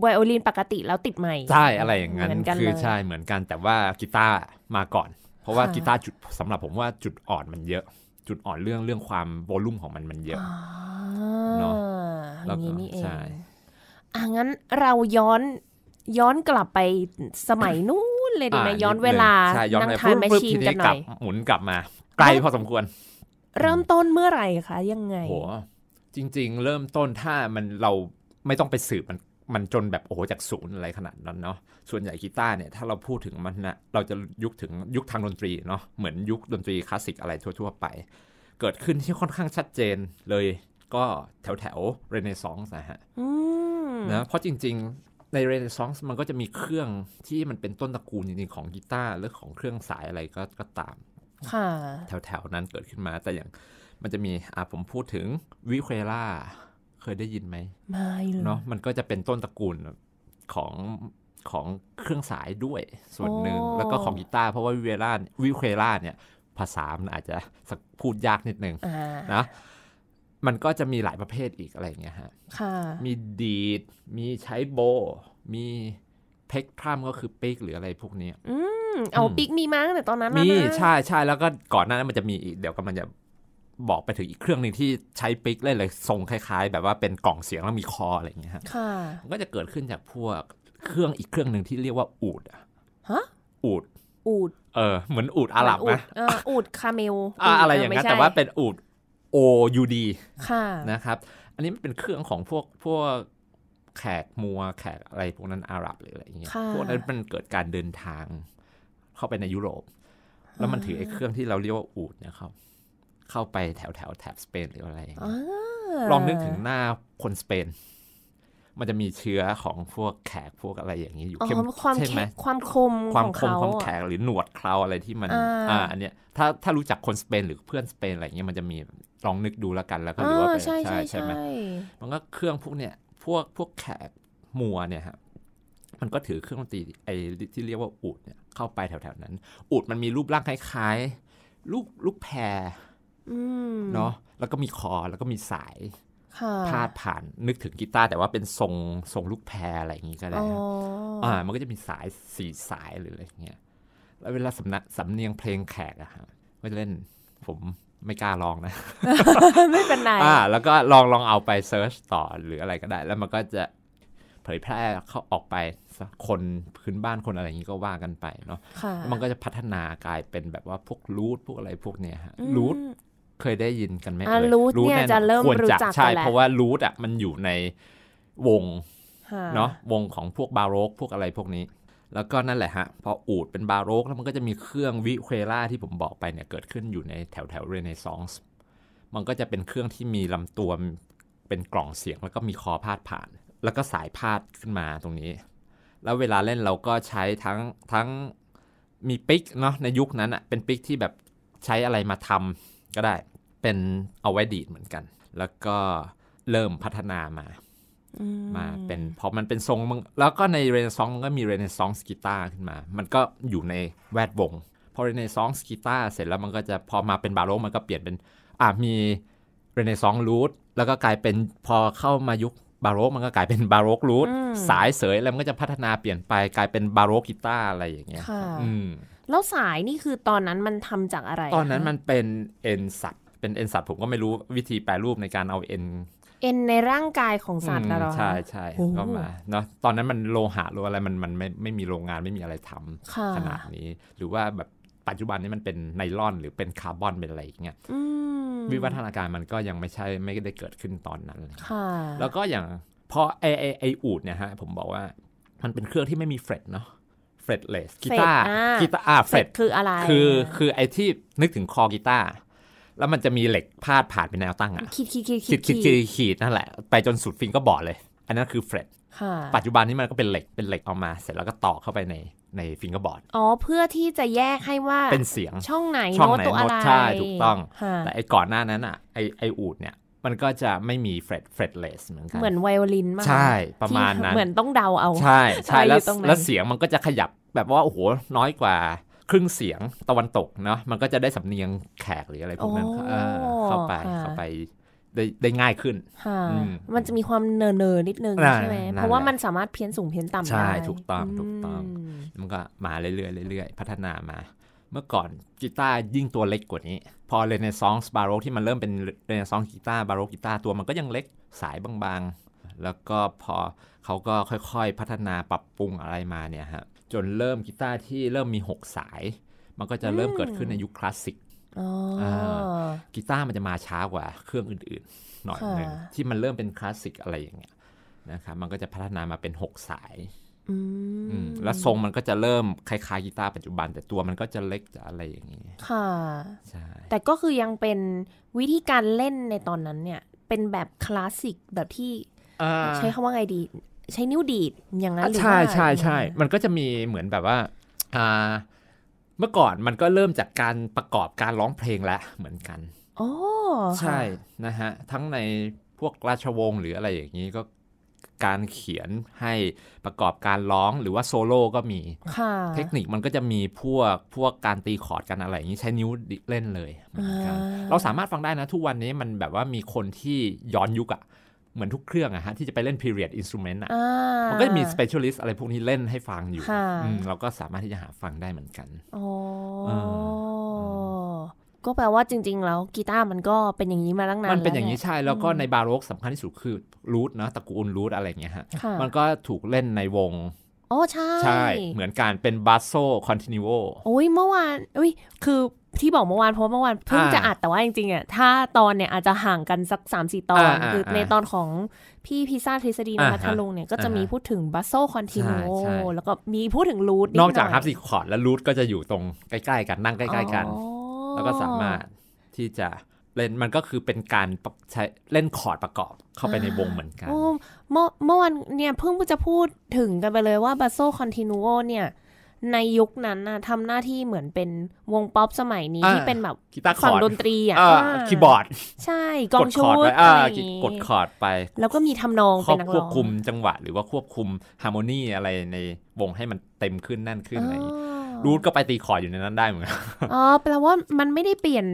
B: ไวโอลินปกติแล้วติดใหม่
A: ใช่อะไรอย่างนั้น
B: เหมือนกัน
A: คือ
B: เลย
A: ใช่เหมือนกันแต่ว่ากีตาร์มาก่อน เพราะว่า
B: ค่ะ
A: กีตาร์จุดสำหรับผมว่าจุดอ่อนมันเยอะ จุดอ่อนเรื่องเรื่องความโวลูมของมันมันเยอะ
B: อ่า
A: เนอะ
B: อ
A: แล้ว
B: ย่าง
A: ก็
B: นี้นี่เอง
A: ใช่
B: อ่ะงั้นเราย้อนย้อนกลับไปสมัยนู้นเลยดีไหม
A: อ่า
B: ย้อน
A: ด
B: เวลา
A: ใช่ย้อน
B: นั่
A: เว
B: ง
A: ล
B: ทานแมช
A: ปุ๊บ
B: ชี
A: ที
B: น
A: นี้ก
B: กันหน่
A: ลั
B: อบ ย
A: หมุนกลับมา ไกลพอสมควร
B: เริ่มต้นเมื่อไหร่คะยังไง
A: โหจริง ๆ เริ่มต้นถ้ามันเรา ไม่ต้องไปสืบมันมันจนแบบโอ้โหจากศูนย์อะไรขนาดนั้นเนาะส่วนใหญ่กีตาร์เนี่ยถ้าเราพูดถึงมันนะเราจะยุคถึงยุคทางดนตรีเนาะเหมือนยุคดนตรีคลาสสิกอะไรทั่ว ๆ ไป เกิดขึ้นที่ค่อนข้างชัดเจนเลยก็แถวแถวเรเนซองส์นะฮะ
B: อืม
A: นะเพราะจริงๆ ในเรเนซองส์มันก็จะมีเครื่องที่มันเป็นต้นตระกูลจริงๆ ของกีตาร์หรือของเครื่องสายอะไรก็ก็ตาม
B: ค่ะ
A: แถวๆ นั้นเกิดขึ้นมา แต่อย่างมันจะมีอ่ะผมพูดถึงวิเควล่าเคยได้ยินไหม
B: ไม่เลย
A: เนาะมันก็จะเป็นต้นตระกูลของของเครื่องสายด้วยส่วนหนึ่งแล้วก็ของกีตาร์เพราะว่าวิเควล่าวิเควล่าเนี่ยภาษามันอาจจะสักพูดยากนิดนึง
B: อ่า
A: นะมันก็จะมีหลายประเภทอีกอะไรอย่างเงี้ยฮะ
B: ค่ะ
A: มีดีด มีใช้โบ มีเพกทรัมก็คือปีกหรืออะไรพวกนี้
B: อืมเอาปิกมีมั้งแต่ตอนนั้นแล้ว
A: มี
B: นะ
A: ใช่ใช่แล้วก็ก่อนหน้านั้นมันจะมีอีก เดี๋ยวกำลังจะบอกไปถึงอีกเครื่องหนึ่งที่ใช้ปีกเล่นเลยทรงคล้ายๆ แบบว่าเป็นกล่องเสียงแล้วมีคออะไรอย่างเงี้ยฮะ
B: ค่ะ
A: มันก็จะเกิดขึ้นจากพวกเครื่องอีกเครื่องหนึ่งที่เรียกว่าอูดอะ
B: ฮะ
A: อูด
B: อูด
A: เออเหมือนอูดอาหรับ
B: อูด
A: นะ
B: เอออูดคาเมล
A: อ่าอะไรอย่าง
B: เไม่
A: นั้น
B: ใช่
A: แต่ว่าเป็นอูด OUD
B: ค่ะ
A: นะครับ อันนี้มันเป็นเครื่องของพวกพวกแขกมัวแขกอะไรพวกนั้นอาหรับหรืออะไรอย่างเงี้ย
B: ค่ะ
A: พวกนั้นมันเกิดการเดินทางเข้าไปในยุโรป แล้วมันถือไอ้เครื่องที่เราเรียกว่าอูดเนี่ยครับเข้าไปแถวแถวแถบสเปนหรืออะไรอย่าง
B: อ่า
A: เงี้ยลองนึกถึงหน้าคนสเปน มันจะมีเชื้อของพวกแขกพวกอะไรอย่างนี้อยู่
B: อ๋อ
A: เข้ม
B: ความ
A: ใช่ไหม
B: แข็งความคม
A: ความ
B: ขอ
A: คม
B: ง
A: ค
B: เขา
A: วามแข
B: อะ
A: งหรือหนวดเคราอะไรที่มัน
B: อ่า
A: อ่าอันเนี้ยถ้าถ้ารู้จักคนสเปนหรือเพื่อนสเปนอะไรอย่างเงี้ยมันจะมีลองนึกดูแล้วกันแล้วก็หรือว่า
B: อ่า
A: เป็น
B: ใช่ใช่
A: ใช่
B: ใช่
A: ไหม มันก็เครื่องพวกเนี่ยพวกพวกแขกมัวเนี่ยฮะมันก็ถือเครื่องดนตรีไอ้ที่เรียกว่าอูดเนี่ยเข้าไปแถวๆนั้น อูดมันมีรูปร่างคล้ายๆ ลูกลูกแพร
B: อืม
A: เนาะแล้วก็มีคอแล้วก็มีสาย
B: ค่ะ
A: พาดผ่านนึกถึงกีตาร์แต่ว่าเป็นทรงทรงลูกแพรอะไรอย่างงี้ก็ได้
B: อ๋อ
A: ฮะอ่ามันก็จะมีสายสี่สายหรืออะไรอย่างเงี้ยแล้วเวลาสำนักสำเนียงเพลงแขกอะฮะก็เล่นผมไม่กล้าลองนะ
B: ไม่เป็นไร
A: อ่าแล้วก็ลองลองเอาไปเซิร์ชต่อหรืออะไรก็ได้ แล้วมันก็จะเผยแพร่เขาออกไปคนพื้นบ้านคนอะไรอย่างนี้ก็ว่ากันไปเนาะ
B: ค่ะ
A: มันก็จะพัฒนากลายเป็นแบบว่าพวกรูทพวกอะไรพวกเนี้ยฮะ
B: อืม
A: รูทเคยได้ยินกันไหม
B: อ่า
A: เอ่ย
B: root
A: root
B: เนี่ย
A: แอ
B: จะเริ่ม
A: ควร
B: รู้
A: จะ
B: จัก
A: ใช่
B: กันแล้ว
A: เพราะว่ารูทอ่ะมันอยู่ในวง
B: ค่
A: เนาะวงของพวกบาโรกพวกอะไรพวกนี้ แล้วก็นั่นแหละฮะ พออูดเป็นบาโรกแล้วมันก็จะมีเครื่องวิเควล่าที่ผมบอกไปเนี่ย เกิดขึ้นอยู่ในแถวแถวเรเนซองส์มันก็จะเป็นเครื่องที่มีลำตัวเป็นกล่องเสียงแล้วก็มีคอพาดผ่าน แล้วก็สายพาดขึ้นมาตรงนี้ แล้วเวลาเล่นเราก็ใช้ทั้งทั้งมีปิกเนาะในยุคนั้นอะเป็นปิกที่แบบใช้อะไรมาทำก็ได้เป็นเอาไว้ดีดเหมือนกัน แล้วก็เริ่มพัฒนามา
B: อื
A: มาเป็นพอมันเป็นทรงมันแล้วก็ในเรเนซองส์มันก็มีเรเนซองส์กีตาร์ขึ้นมา มันก็อยู่ในแวดวง พอเรเนซองส์กีตาร์เสร็จแล้วมันก็จะพอมาเป็นบาโรกมันก็เปลี่ยนเป็นอ่ะมีเรเนซองส์รูทแล้วก็กลายเป็นพอเข้ามายุคบาโรกมันก็กลายเป็นบาโรกรูทสายเสยแล้วมันก็จะพัฒนาเปลี่ยนไปกลายเป็นบาโรกกีตาร์อะไรอย่างเงี้ย
B: ค่ะ
A: อืม
B: แล้วสายนี่คือตอนนั้นมันทำจากอะไร
A: ตอนนั้น
B: คะ
A: มันเป็นเอนสัตเป็นเอนสัตผมก็ไม่รู้วิธีแปลรูปในการเอาเอน
B: เอ็นในร่างกายของสัตว์นะเหรอ
A: มใช่
B: คะ
A: ใช่
B: โอ้โห
A: ก็มาเนาะตอนนั้นมันโลหะโลอะไรมันมันไม่ไม่มีโรงงานไม่มีอะไรทำ
B: ค่ะ
A: ขนาดนี้ หรือว่าแบบปัจจุบันนี้มันเป็นไนลอนหรือเป็นคาร์บอนเป็นอะไรอย่างเงี้ย
B: อืม
A: วิวัฒนาการมันก็ยังไม่ใช่ไม่ได้เกิดขึ้นตอนนั้น
B: ค่ะ
A: แล้วก็อย่างพอไอไอไออูดเนี่ยฮะผมบอกว่ามันเป็นเครื่องที่ไม่มีเฟรตเนาะเฟรตเลสกีตาร์กีตาร์อ่าเฟ
B: เฟ
A: ร
B: ร
A: ต
B: ดคืออะไร
A: คือคือไอที่นึกถึงคอกีตาร์แล้วมันจะมีเหล็กพาดผ่านเป็นแนวตั้งอะ
B: ขีดขีดขีด
A: ขีดขีดขีดขีดนั่นแหละไปจนสุดฟิงก็บอดเลย อันนั้นคือเฟรต
B: ค่ะ
A: ปัจจุบันนี้มันก็เป็นเหล็กเป็นเหล็กเอามาเสร็จแล้วก็ต่อเข้าไปในในฟิงเกอร์บอร์ด
B: อ๋อเพื่อที่จะแยกให้ว่า
A: เป็นเสียง
B: ช่องไหน
A: ช่องไห
B: โน้ต
A: น
B: ตัวอะไร
A: โน้ตใช่ถูกต้อง
B: ค่ะ
A: แต่ไอ้ก่อนหน้านั้นอ่ะไอไออูดเนี่ยมันก็จะไม่มีเฟรดเฟรดเลสเหมือนกัน
B: เหมือนไวโอลินมาก
A: ใช่ประมาณนั้น
B: ที่เหมือนต้องเดาเอา
A: ใช่ใช่
B: อะไร
A: แล้
B: อยู่
A: ว
B: ตรงนั้น
A: แล้วเสียงมันก็จะขยับแบบว่าโอ้โหน้อยกว่าครึ่งเสียงตะวันตกเนาะมันก็จะได้สำเนียงแขกหรืออะไรพวกนั้น
B: โอ้
A: เออเข้าไป
B: ค่ะ
A: เข้าไปได้ได้ง่ายขึ้น
B: ค่ะ
A: อืม
B: มันจะมีความเนอเนอๆนิดนึง
A: นั่น
B: ใช่ไหม
A: นั่น
B: เพราะว่า
A: แหละ
B: มันสามารถเพี้ยนสูงเพี้ยนต่ำได้
A: ใช่ถูกต้องถูกต้อง
B: ม
A: มันก็มาเรื่อยๆเรื่อยๆ พัฒนามา เมื่อก่อนกีตาร์ยิ่งตัวเล็กกว่านี้ พอเรเนซองส์บาโรกที่มันเริ่มเป็นเรเนซองส์กีตาร์บาโรกกีตาร์ตัวมันก็ยังเล็กสายบางๆ แล้วก็พอเขาก็ค่อยๆ พัฒนาปรับปรุงอะไรมาเนี่ยฮะ จนเริ่มกีตาร์ที่เริ่มมี 6 สาย มันก็จะเริ่มเกิดขึ้นในยุคคลาสสิก
B: อ๋ออ
A: า กีตาร์มันจะมาช้ากว่าเครื่องอื่นๆ หน่อยหนึง
B: ค่ะ
A: ที่มันเริ่มเป็นคลาสสิกอะไรอย่างเงี้ย นะครับมันก็จะพัฒนามาเป็น 6 สาย
B: อื
A: อื
B: ม
A: มแล้วทรงมันก็จะเริ่มคล้ายๆกีตาร์ปัจจุบัน แต่ตัวมันก็จะเล็กจะอะไรอย่างนี้
B: ค่ะ
A: ใช่
B: แต่ก็คือยังเป็นวิธีการเล่นในตอนนั้นเนี่ย เป็นแบบคลาสสิกแบบที่ใช้คำว่าไงดี ใช้นิ้วดีดอย่างนั้นหรือ
A: ใช่
B: ว่า
A: ใช่ใช่
B: ยังไง
A: มันก็จะมีเหมือนแบบว่าอ่าเมื่อก่อนมันก็เริ่มจากการประกอบการร้องเพลงแล้วเหมือนกัน
B: โอ้
A: ใช่นะฮะทั้งในพวกราชวงศ์หรืออะไรอย่างนี้ก็การเขียนให้ประกอบการร้องหรือว่าโซโล่ก็มี
B: ค่ะ
A: เทคนิคมันก็จะมีพวกพวกการตีคอร์ดกันอะไรอย่างนี้ใช้นิ้วเล่นเลยเหมือนกันเราสามารถฟังได้นะ ทุกวันนี้มันแบบว่ามีคนที่ย้อนยุคอะเหมือนทุกเครื่องอะฮะที่จะไปเล่น period instrument อะ
B: อ่า
A: มันก็จะมี specialist อะไรพวกนี้เล่นให้ฟังอยู่
B: ค่ะ
A: อืมเราก็สามารถที่จะหาฟังได้เหมือนกัน
B: อ๋อ
A: อ่
B: อก็แปลว่าจริง ๆ แล้วกีตาร์มันก็เป็นอย่างนี้มาตั้งนาน
A: มันเป็นอย่างนี้
B: แหละ
A: ใช่แล้วก็
B: อืม
A: ในบาโรกสำคัญที่สุดคือรูทนะตระกูลรูทอะไรอย่างเงี้ยฮะ
B: ค่ะ
A: มันก็ถูกเล่นในวง
B: อ๋อใช่
A: ใช่ เหมือนการเป็นบาโซคอนติเนีย
B: โอ้ยเมื่อวานอุ้ยคือที่บอกเมื่อวานเพราะเมื่อวานเพิ่ง
A: อ่า
B: จะอัดแต่ว่าจริงๆอ่ะถ้าตอนเนี่ยอาจจะห่างกันสัก3ามสี่ตอน
A: อ่าอ่า
B: คือในตอนของพี่พิซซ่าทฤษฎีน
A: อ่าฮะ
B: พัทลุงเนี่ยก็จะมี
A: อ่าฮะ
B: พูดถึงบัสโซคอนติโน
A: ใช่ใช่
B: แล้วก็มีพูดถึงรูท
A: นอกจากฮาร์ปซิคอร์ดและรูทก็จะอยู่ตรงใกล้ๆกันนั่งใกล้ๆกัน แล้วก็สามารถที่จะเล่นมันก็คือเป็นการปรับใช้เล่นคอร์ดประกอบเข้าไปในวงเหมือนกัน
B: โอ้เมื่อเมื่อวันเนี่ยเพิ่งจะพูดถึงกันไปเลยว่าบัสโซคอนติโนเนี่ย ในยุคนั้นนะทำหน้าที่เหมือนเป็นวงป๊อปสมัยนี้
A: อ่า
B: ที่เป็นแบบ
A: กีตาร์ค
B: ฝั่ง
A: อร์ด
B: ดนตรีอ่ะ
A: อ่า
B: อ่า
A: คีย์บอร์ด
B: ใช่กองชุ
A: คอร์ดไว้
B: ดอะ
A: อ่า
B: ไรอย่างงี้
A: กดคอร์ดไป
B: แล้วก็มีทำนอง
A: คว
B: เป็น
A: บ
B: นัก
A: คว
B: ร้
A: บ
B: อง
A: คุมจังหวะ หรือว่าควบคุมฮาร์โมนีอะไรในวงให้มันเต็มขึ้นแน่นขึ้นอะไรอย่างงี้รูทก็ไปตีคอร์ดอยู่ในนั้นได้เหมือนกัน
B: อ๋อแปลว่ามันไม่ได้เปลี่ยน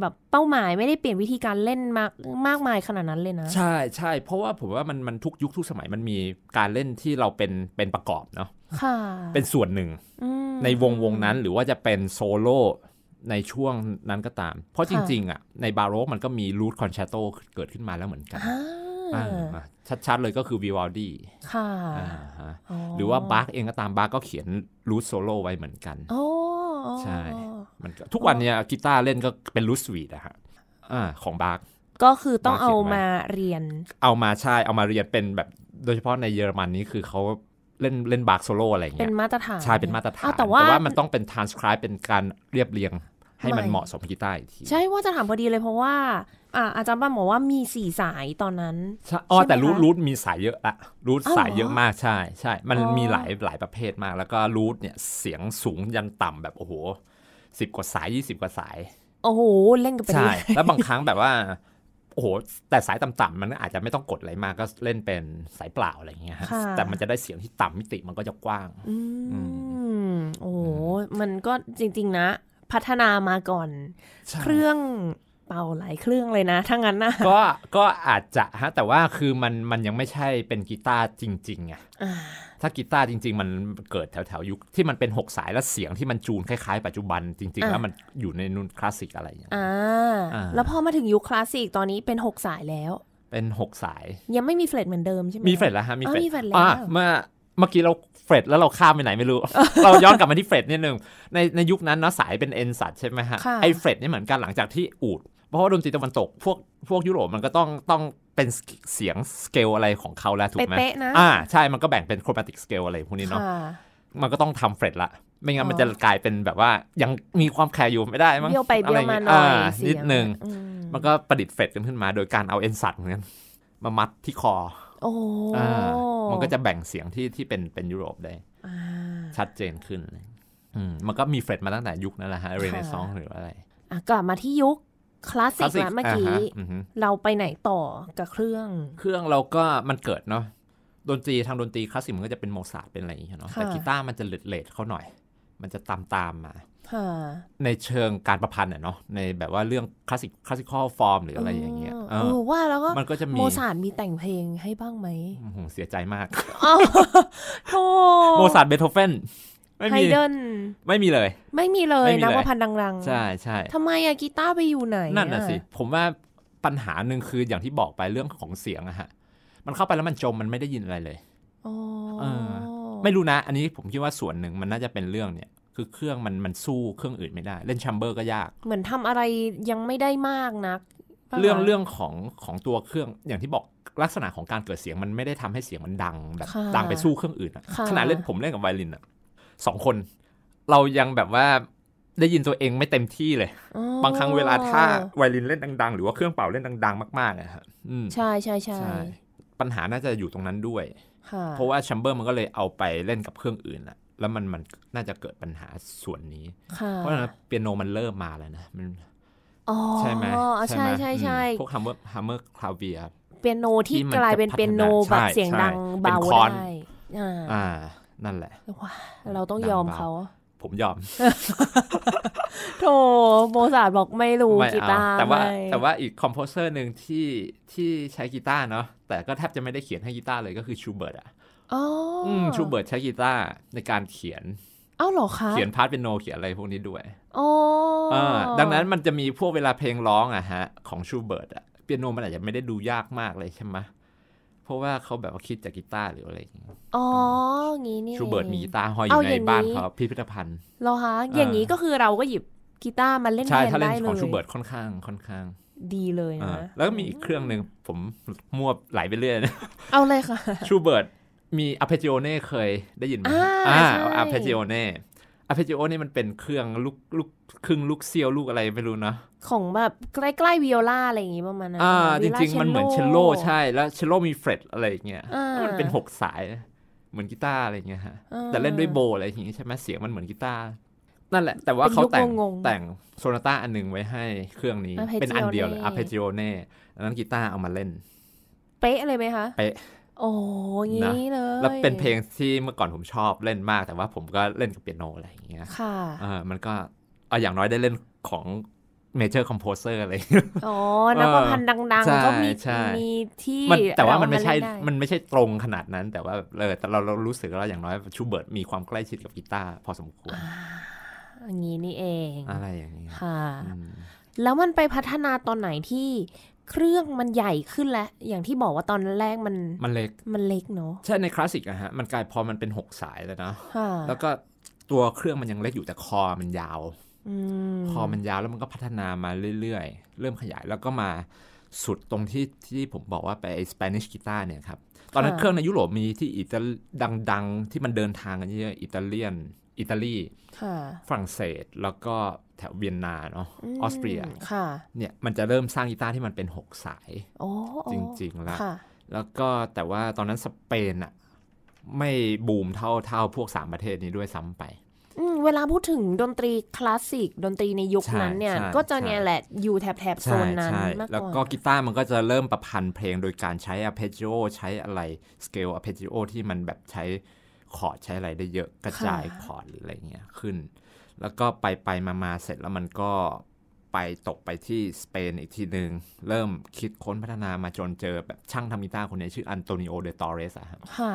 B: แบบเป้าหมายไม่ได้เปลี่ยนวิธีการเล่นมากมากมายขนาดนั้นเลยนะ
A: ใช่ใช่เพราะว่าผมว่ามันมันทุกยุคทุกสมัยมันมีการเล่นที่เราเป็นเป็นประกอบเนาะ
B: ค่ะ
A: เป็นส่วนหนึ่ง
B: อืม
A: ในวงวงนั้นหรือว่าจะเป็นโซโล่ในช่วงนั้นก็ตาม เพราะจ
B: ค่ะ
A: ริง ๆ อ่ะ ในบาโรกมันก็มีรูทคอนแชตโตเกิดขึ้นมาแล้วเหมือนกัน
B: อ่า
A: อ่าชัด ๆ เลยก็คือวิว a ลดี
B: ค่ะ
A: หรือว่าบาร์กเองก็ตามบาร์กก็เขียนรูทโซโล่ไว้เหมือนกัน
B: อ๋อ
A: ใช่ มันก็ทุกวันเนี้ยกีตาร์เล่นก็เป็นรูทสวีทอะฮะอ่าของบาร์ก
B: ก็คือต้องเอา
A: มาเขียนไว้
B: มาเรียน
A: เอามาใช่เอามาเรียนเป็นแบบโดยเฉพาะในเยอรมันนี้คือเขาเล่นเล่นบาร์กโซโล่อะไรอย่าง
B: เป็
A: เงี้
B: น
A: ย
B: มาตรฐาน
A: ใช่เป็นมาตรฐา
B: อ้
A: น
B: วแต่ว่า
A: มันต้องเป็น transcribe เป็นการเรียบเรียงให้มัน
B: ใหม่
A: เหมาะสมกีตาร์อีกที
B: ใช่ว่าจะถามพอดีเลยเพราะว่าอ่าอาจารย์บ้านบอกว่ามีสี่สายตอนนั้น
A: ใช่อ๋อ
B: ใช่ไหม
A: แต่รูท
B: คะ
A: รูทมีสายเยอะละรูท
B: อ้าว
A: สายเย
B: เห
A: อะ
B: รอ
A: มากใช่ใช่ มัน
B: อ๋อ
A: มีหลายหลายประเภทมาก แล้วก็รูทเนี่ยเสียงสูงยันต่ำแบบโอ้โหสิบกว่าสายยี่สิบกว่าสาย
B: โอ้โห เล่นกันไป
A: ใช่
B: เรื่อย
A: แล้วบางครั้งแบบว่าโอ้โหแต่สายต่ำๆมันอาจจะไม่ต้องกดอะไรมากก็เล่นเป็นสายเปล่าอะไรอย่างเงี้ยฮะ
B: ค่ะ
A: แต่มันจะได้เสียงที่ต่ำมิติมันก็จะกว้าง
B: อื
A: อื
B: มโอ้โห มันก็จริง ๆ นะ พัฒนามาก่อน เครื่องเป่าหลายเครื่องเลยนะถ้างั้นนะ
A: ก็ก็อาจจะฮะแต่ว่าคือมันมันยังไม่ใช่เป็นกีตาร์จริงๆไง
B: อ่า
A: ถ้ากีตาร์จริง ๆ มันเกิดแถวๆยุคที่มันเป็นหกสายแล้วเสียงที่มันจูนคล้ายๆปัจจุบันจริง ๆ แล้วมันอยู่ในนุ่นคลาสสิกอะไรอย่างเงี้ย
B: อ่า
A: อ่า
B: แล้วพอมาถึงยุคคลาสสิกตอนนี้เป็นหกสายแล้ว
A: เป็นหกสาย
B: ยังไม่มีเฟลตเหมือนเดิมใช่ไหม
A: มีเฟรดแล้วฮะ มีเฟร
B: อ้าวมีเฟร
A: ด
B: ดแล้ว
A: อ่ะเมื่อเมื่อกี้เราเฟรดแล้วเราข้ามไปไหนไม่รู้ เราย้อนกลับมาที่เฟรดนิดนึง ในในยุคนั้นเนาะสายเป็นเอ็นสัตว์ใช่ไหมฮะ
B: ค่ะ
A: ไอเฟรดนี่เหมือนกันหลังจากที่อูด เพราะว่าดนตรีตะวันตกพวกพวกยุโรปมันก็ต้องต้องเป็นเสียงสเกลอะไรของเขาแล้วถูกไหม
B: เป๊ะๆนะ
A: อ่าใช่มันก็แบ่งเป็นโครมาติกสเกลอะไรพวกนี้เนาะ
B: ค่ะ
A: มันก็ต้องทำเฟรดละ ไม่งั้นมัน
B: อ๋อ
A: จะกลายเป็นแบบว่ายังมีความแคร์อยู่ไม่ได้มั้ง
B: เบี้ยวไปเบี้ยวมา
A: ะ
B: ห
A: ไร
B: น่อย
A: า
B: เสีย
A: นิดนึง
B: อืม
A: มันก็ประดิษฐ์เฟรดกันขึ้นมา โดยการเอาเอ็นสัตว์เหมือนกันมามัดที่คอ
B: โอ้โห
A: อ่ามันก็จะแบ่งเสียงที่ที่เป็นเป็นยุโรปได้
B: อ่า
A: ชัดเจนขึ้นเลยอืมมันก็มีเฟรดมาตั้งแต่ยุคนั้นแหละฮะเรเนซองหรืออะไร
B: อ่ะกลับมาที่ยุคคลาสสิกละเมื่อกี้
A: าฮะอือฮึ
B: เราไปไหนต่อกับเครื่อง
A: เครื่องเราก็มันเกิดเนาะดนตรีทางดนตรีคลาสสิกมันก็จะเป็นโมซาร์ทเป็นอะไรอย่างเงี้ยเนาะ
B: ค่ะ
A: แต่กีตาร์มันจะเลดเลดๆเขาหน่อย มันจะตามตามๆมา
B: ค่ะ
A: ในเชิงการประพันธ์อะเนาะในแบบว่าเรื่องคลาสสิกคลาสสิคอลฟอร์มหรืออะไรอย่างเงี้ย
B: เอ
A: เอ
B: อ
A: อ
B: ว่าแล้วก็
A: มันก็จะมี
B: โมซาร์ทมีแต่งเพลงให้บ้างไหม
A: โอ้โหเสียใจมาก
B: อ้าวโธ่
A: โมซาร์ทเบโธเฟนไม่
B: ไฮ
A: มี
B: เดน
A: ไม่มีเลย
B: ไม่มีเลย
A: ไม่มี
B: นะ
A: เลย
B: ว่าพันดัง
A: ใช่ใช่
B: ทำไมอะกีตาร์ไปอยู่ไหน
A: นั่นน่ะ
B: อ
A: สิ ผมว่าปัญหาหนึ่งคืออย่างที่บอกไปเรื่องของเสียงอะฮะ มันเข้าไปแล้วมันจมมันไม่ได้ยินอะไรเลย
B: อ๋อ
A: เออ ไม่รู้นะ อันนี้ผมคิดว่าส่วนหนึ่งมันน่าจะเป็นเรื่องเนี่ย คือเครื่องมันมันสู้เครื่องอื่นไม่ได้ เล่นแชมเบอร์ก็ยาก
B: เหมือนทำอะไรยังไม่ได้มากนัก ปะคะ
A: เรื่องเรื่องของของตัวเครื่องอย่างที่บอกลักษณะของการเกิดเสียงมันไม่ได้ทำให้เสียงมันดังแบบ
B: ค่ะ
A: ดังไปสู้เครื่องอื่นอะ
B: ค่ะ
A: ขนาดเล่นผมเล่นกับไวโอลินอะสองคน เรายังแบบว่าได้ยินตัวเองไม่เต็มที่เลย
B: อ๋อบ
A: างครั้งเวลาถ้าไวโอลินเล่นดังๆ หรือว่าเครื่องเป่าเล่นดัง ๆ มากๆนะฮะอืม
B: ใช่ใช่ใช่
A: ปัญหาน่าจะอยู่ตรงนั้นด้วย
B: ค่ะ
A: เพราะว่าแชมเบอร์มันก็เลยเอาไปเล่นกับเครื่องอื่นละแล้วมันมันน่าจะเกิดปัญหาส่วนนี้
B: ค่ะ
A: เพราะฉะนั้นเปียโนมันเริ่มมาแล้วนะมัน
B: อ๋อ
A: ใช่ไหม
B: ใช่
A: ไหม
B: ใช่ใช่
A: อืมพวกฮัมเมอร์ฮัมเมอร์คลาเวีย
B: เปียโนที่
A: ที่มัน
B: กลายเป็น
A: จะพัฒนา
B: เปียโนแบบ
A: ใช่
B: เสียงดัง
A: ใช่
B: เบา
A: เป็นคอน
B: ได้อ่า
A: อ่า นั่นแหละ
B: ว้าเราต้อง
A: ดัง
B: ยอม
A: เบา
B: เขา
A: ผมยอม
B: โธ่โมซาร์ทบอกไม่รู้
A: ไม่
B: กี
A: เอา
B: ตาร์
A: แต่ว่า
B: ไม่
A: แต่ว่าอีกคอมโพเซอร์หนึ่งที่ที่ใช้กีตาร์เนาะแต่ก็แทบจะไม่ได้เขียนให้กีตาร์เลยก็คือชูเบิร์ตอ่ะ
B: อ๋ออ
A: มชูเบิร์ตใช้กีตาร์ในการเขียน
B: เอ้าเหรอคะ
A: เขียนพาร์ทเปียโนเขียนอะไรพวกนี้ด้วย
B: อ๋ออา
A: ดังนั้นมันจะมีพวกเวลาเพลงร้องอะฮะของชูเบิร์ตอะเปียโนมันอาจจะไม่ได้ดูยากมากเลยใช่ไหมเพราะว่าเขาแบบว่าคิดจากกีตาร์หรืออะไรอย่างเงี้ย
B: อ๋องี้นี่
A: ชูเบิร์ตมี
B: อง
A: กีตาร์ห้อยอ
B: เอา
A: ยู่
B: อ
A: ใน
B: ย่าง
A: บ้าน
B: นี้
A: เขาพิพิธภัณฑ์
B: เหรอคะ
A: อ่า
B: อย่างนี้ก็คือเราก็หยิบกีตาร์มาเล่น
A: ใช่
B: แทน
A: ถ้าเล่น
B: ได้เลย
A: ของชูเบิร์ตค่อนข้างค่อนข้าง
B: ดีเลย
A: อ่า
B: นะ
A: แล้วก็มีอีกเครื่องหนึ่งผมมั่วไหลไปเรื่อยนะ
B: เอาเลยค่ะ
A: ชูเบิร์ตมีอ r เพจิโอเน่เคยได้ยินไหม
B: อ่าใช่
A: อ r เพจิโอเน่อ r เพจิโอเน่มันเป็นเครื่องลูกลูกครึ่งลูกเซียวลูกอะไรไม่รู้เนอะ
B: ของแบบใกล้ๆวิโอลาอะไรอย่างนี้ประมาณนั้น
A: อ่า จ
B: วิโอลา
A: ริง ๆ มันเหมือนเชลโล
B: cello
A: ใช่แล้วเชลโลมีเฟรตอะไรอย่างเงี้ย
B: อ่า
A: แล้วมันเป็นหกสายเหมือนกีตาร์อะไรอย่างเงี้ยฮะ
B: อ่า
A: แต่เล่นด้วยโบว์อะไรอย่างงี้ใช่ไหมเสียงมันเหมือนกีตาร์นั่นแหละ แต่ว่า
B: เป็น
A: เขา
B: ลูก
A: แต่ง
B: งงๆ
A: แต่งโซนาต้าอันหนึงไว้ให้เครื่องนี้
B: arpeggio
A: เป็นอันเดียวเลย
B: 네
A: อ r เพจิโอเน่อันนั้นกีตาร์เอามาเล่น
B: เป๊ะเลยไหมคะ
A: เป๊ะ
B: โอ้งี้เลย
A: แล้วเป็นเพลงที่เมื่อก่อนผมชอบเล่นมาก แต่ว่าผมก็เล่นกับเปียโนอะไรอย่างเงี้ย
B: ค่ะ
A: เออมันก็เอาอย่างน้อยได้เล่นของเมเจอร์คอมโพเซอร์อะไร
B: อ๋อนักประพันธ์ดัง
A: ใช่
B: ๆ ก็มี
A: ใช่
B: มีที่
A: มันแต่ว่ามัน
B: เร
A: ไม่ใช่
B: เล่ด้
A: มันไม่ใช่ตรงขนาดนั้น แต่ว่าเออแต่เราเรารู้สึกว่าอย่างน้อยชูเบิร์ตมีความใกล้ชิดกับกีตาร์พอสมควร
B: อย่างนี้นี่เอง
A: อะไรอย่างเงี้ย
B: ค่ะ
A: อืม
B: แล้วมันไปพัฒนาตอนไหนที่เครื่องมันใหญ่ขึ้นแล้ว อย่างที่บอกว่าตอนแรกมัน
A: มันเล็ก
B: มันเล็กเนาะ
A: ใช่ในคลาสสิกอะฮะมันกลายพอมันเป็น 6 สายแล้วนะ
B: ค่ะ
A: แล้วก็ตัวเครื่องมันยังเล็กอยู่แต่คอมันยาว
B: อืม
A: คอมันยาวแล้วมันก็พัฒนามาเรื่อยๆ เริ่มขยายแล้วก็มาสุดตรงที่ที่ผมบอกว่าไปไอ้ Spanish guitar เนี่ยครับ ตอนนั้นเครื่องในยุโรปมีที่อิตาลดังๆ ที่มันเดินทางกันเยอะๆอิตาเลียน อิตาลี
B: ค่ะ
A: ฝรั่งเศส แล้วก็แถวเวียนนาเนาะ
B: ม
A: ออสเตรีย
B: ค่ะ
A: เนี่ยมันจะเริ่มสร้างกีตาร์ที่มันเป็น 6 สาย
B: โอ้โอ้
A: จริงๆแล้ว
B: ค่ะ
A: แล้วก็แต่ว่าตอนนั้นสเปนอะไม่บูมเท่าเท่าพวก 3 ประเทศนี้ด้วยซ้ำไป
B: อืมเวลาพูดถึงดนตรีคลาสสิกดนตรีในยุคนั้นเนี่ย
A: ใช่ใช่
B: ก็จะเนี่ย
A: ใช่
B: แหละอยู่แถบแถบโซ
A: ใช่
B: นนั้น
A: ใช่
B: มากกว่า
A: แล้วก็กีตาร์มันก็จะเริ่มประพันธ์เพลงโดยการใช้ arpeggio ใช้อะไร scale arpeggio ที่มันแบบใช้คอร์ดใช้อะไรได้เยอะกระจาย
B: ค่ะ
A: คอร์ดหรืออะไรเงี้ยขึ้น แล้วก็ไปไปมามาเสร็จแล้วมันก็ไปตกไปที่สเปนอีกทีหนึ่งเริ่มคิดค้นพัฒนามาจนเจอแบบช่างทำกีตาร์คนนี้ชื่ออันโตนิโอเดตอเรสอะครับ
B: ค่ะ